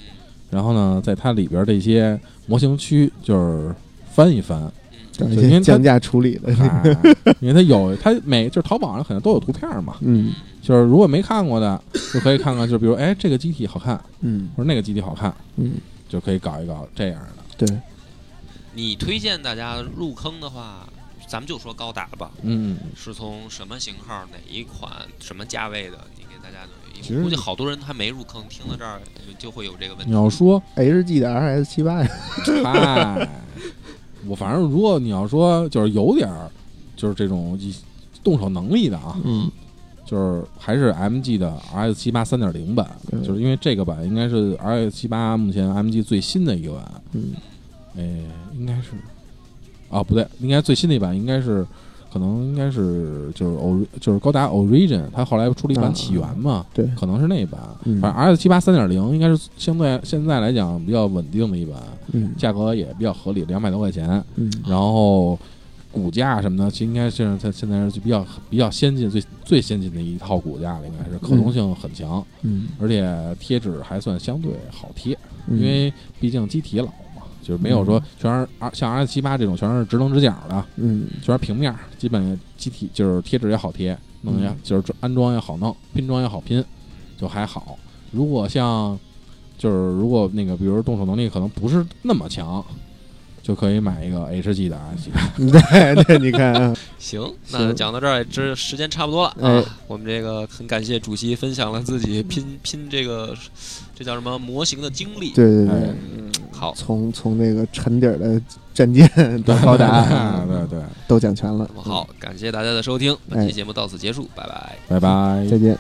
[SPEAKER 2] 然后呢，在它里边这些模型区就是翻一翻，
[SPEAKER 1] 嗯
[SPEAKER 3] 找一
[SPEAKER 2] 首先
[SPEAKER 3] 些
[SPEAKER 2] 它
[SPEAKER 3] 降价处理的，
[SPEAKER 2] 哎 因为它有它每就是淘宝上可能都有图片嘛，
[SPEAKER 3] 嗯
[SPEAKER 2] 就是如果没看过的，就可以看看，就比如哎这个机体好看，
[SPEAKER 3] 嗯
[SPEAKER 2] 或者那个机体好看，
[SPEAKER 3] 嗯，
[SPEAKER 2] 就可以搞一搞这样的。
[SPEAKER 3] 对，
[SPEAKER 1] 你推荐大家入坑的话，咱们就说高达吧，
[SPEAKER 2] 嗯，
[SPEAKER 1] 是从什么型号、哪一款、什么价位的，你给大家有
[SPEAKER 3] 其
[SPEAKER 1] 我
[SPEAKER 3] 实
[SPEAKER 1] 估计好多人还没入坑，听到这儿就就会有这个问
[SPEAKER 2] 你
[SPEAKER 1] 题。
[SPEAKER 2] 要说
[SPEAKER 3] HG 的 RS 七八呀，
[SPEAKER 2] 嗨，我反正如果你要说就是有点儿，就是这种一动手能力的啊，
[SPEAKER 3] 嗯，
[SPEAKER 2] 就是还是 MG 的 RS 七八三点零版，
[SPEAKER 3] 嗯
[SPEAKER 2] 就是因为这个版应该是 RS 七八目前 MG 最新的一个版，
[SPEAKER 3] 嗯，
[SPEAKER 2] 哎，应该是啊，不对，应该最新的一版应该是。可能应该是就是 O 就是高达 Origin，它后来出了一版
[SPEAKER 3] 啊
[SPEAKER 2] 起源嘛，
[SPEAKER 3] 对
[SPEAKER 2] 可能是那一版。
[SPEAKER 3] 嗯
[SPEAKER 2] 反正 RS 七八三点零应该是相对现在来讲比较稳定的一版，
[SPEAKER 3] 嗯
[SPEAKER 2] 价格也比较合理，两百多块钱。
[SPEAKER 3] 嗯
[SPEAKER 2] 然后骨架什么的，其实应该是它现在是比较比较先进、最最先进的一套骨架了，应该是可动性很强，
[SPEAKER 3] 嗯，
[SPEAKER 2] 而且贴纸还算相对好贴，
[SPEAKER 3] 嗯
[SPEAKER 2] 因为毕竟机体老嘛，就是没有说全是二像 R 七八这种全是直棱直角的，
[SPEAKER 3] 嗯
[SPEAKER 2] 全是平面儿，基本机体就是贴纸也好贴，弄也
[SPEAKER 3] 嗯
[SPEAKER 2] 就是安装也好弄，拼装也好拼，就还好。如果像就是如果那个比如动手能力可能不是那么强，就可以买一个 HG 的啊 RS 七八。
[SPEAKER 3] 嗯 对对，你看啊，
[SPEAKER 1] 行，那
[SPEAKER 3] 行
[SPEAKER 1] 讲到这儿，这时间差不多了
[SPEAKER 3] 哎
[SPEAKER 1] 啊。我们这个很感谢主席分享了自己拼拼这个这叫什么模型的经历。
[SPEAKER 3] 对对
[SPEAKER 2] 哎
[SPEAKER 3] 对，
[SPEAKER 1] 好，
[SPEAKER 3] 从从那个沉底儿的战舰 到高达，
[SPEAKER 2] 对对，
[SPEAKER 3] 都讲全了
[SPEAKER 1] 那。么好，感谢大家的收听，本
[SPEAKER 3] 嗯哎
[SPEAKER 1] 期节目到此结束，拜拜。
[SPEAKER 2] 拜拜
[SPEAKER 3] 嗯，。再见。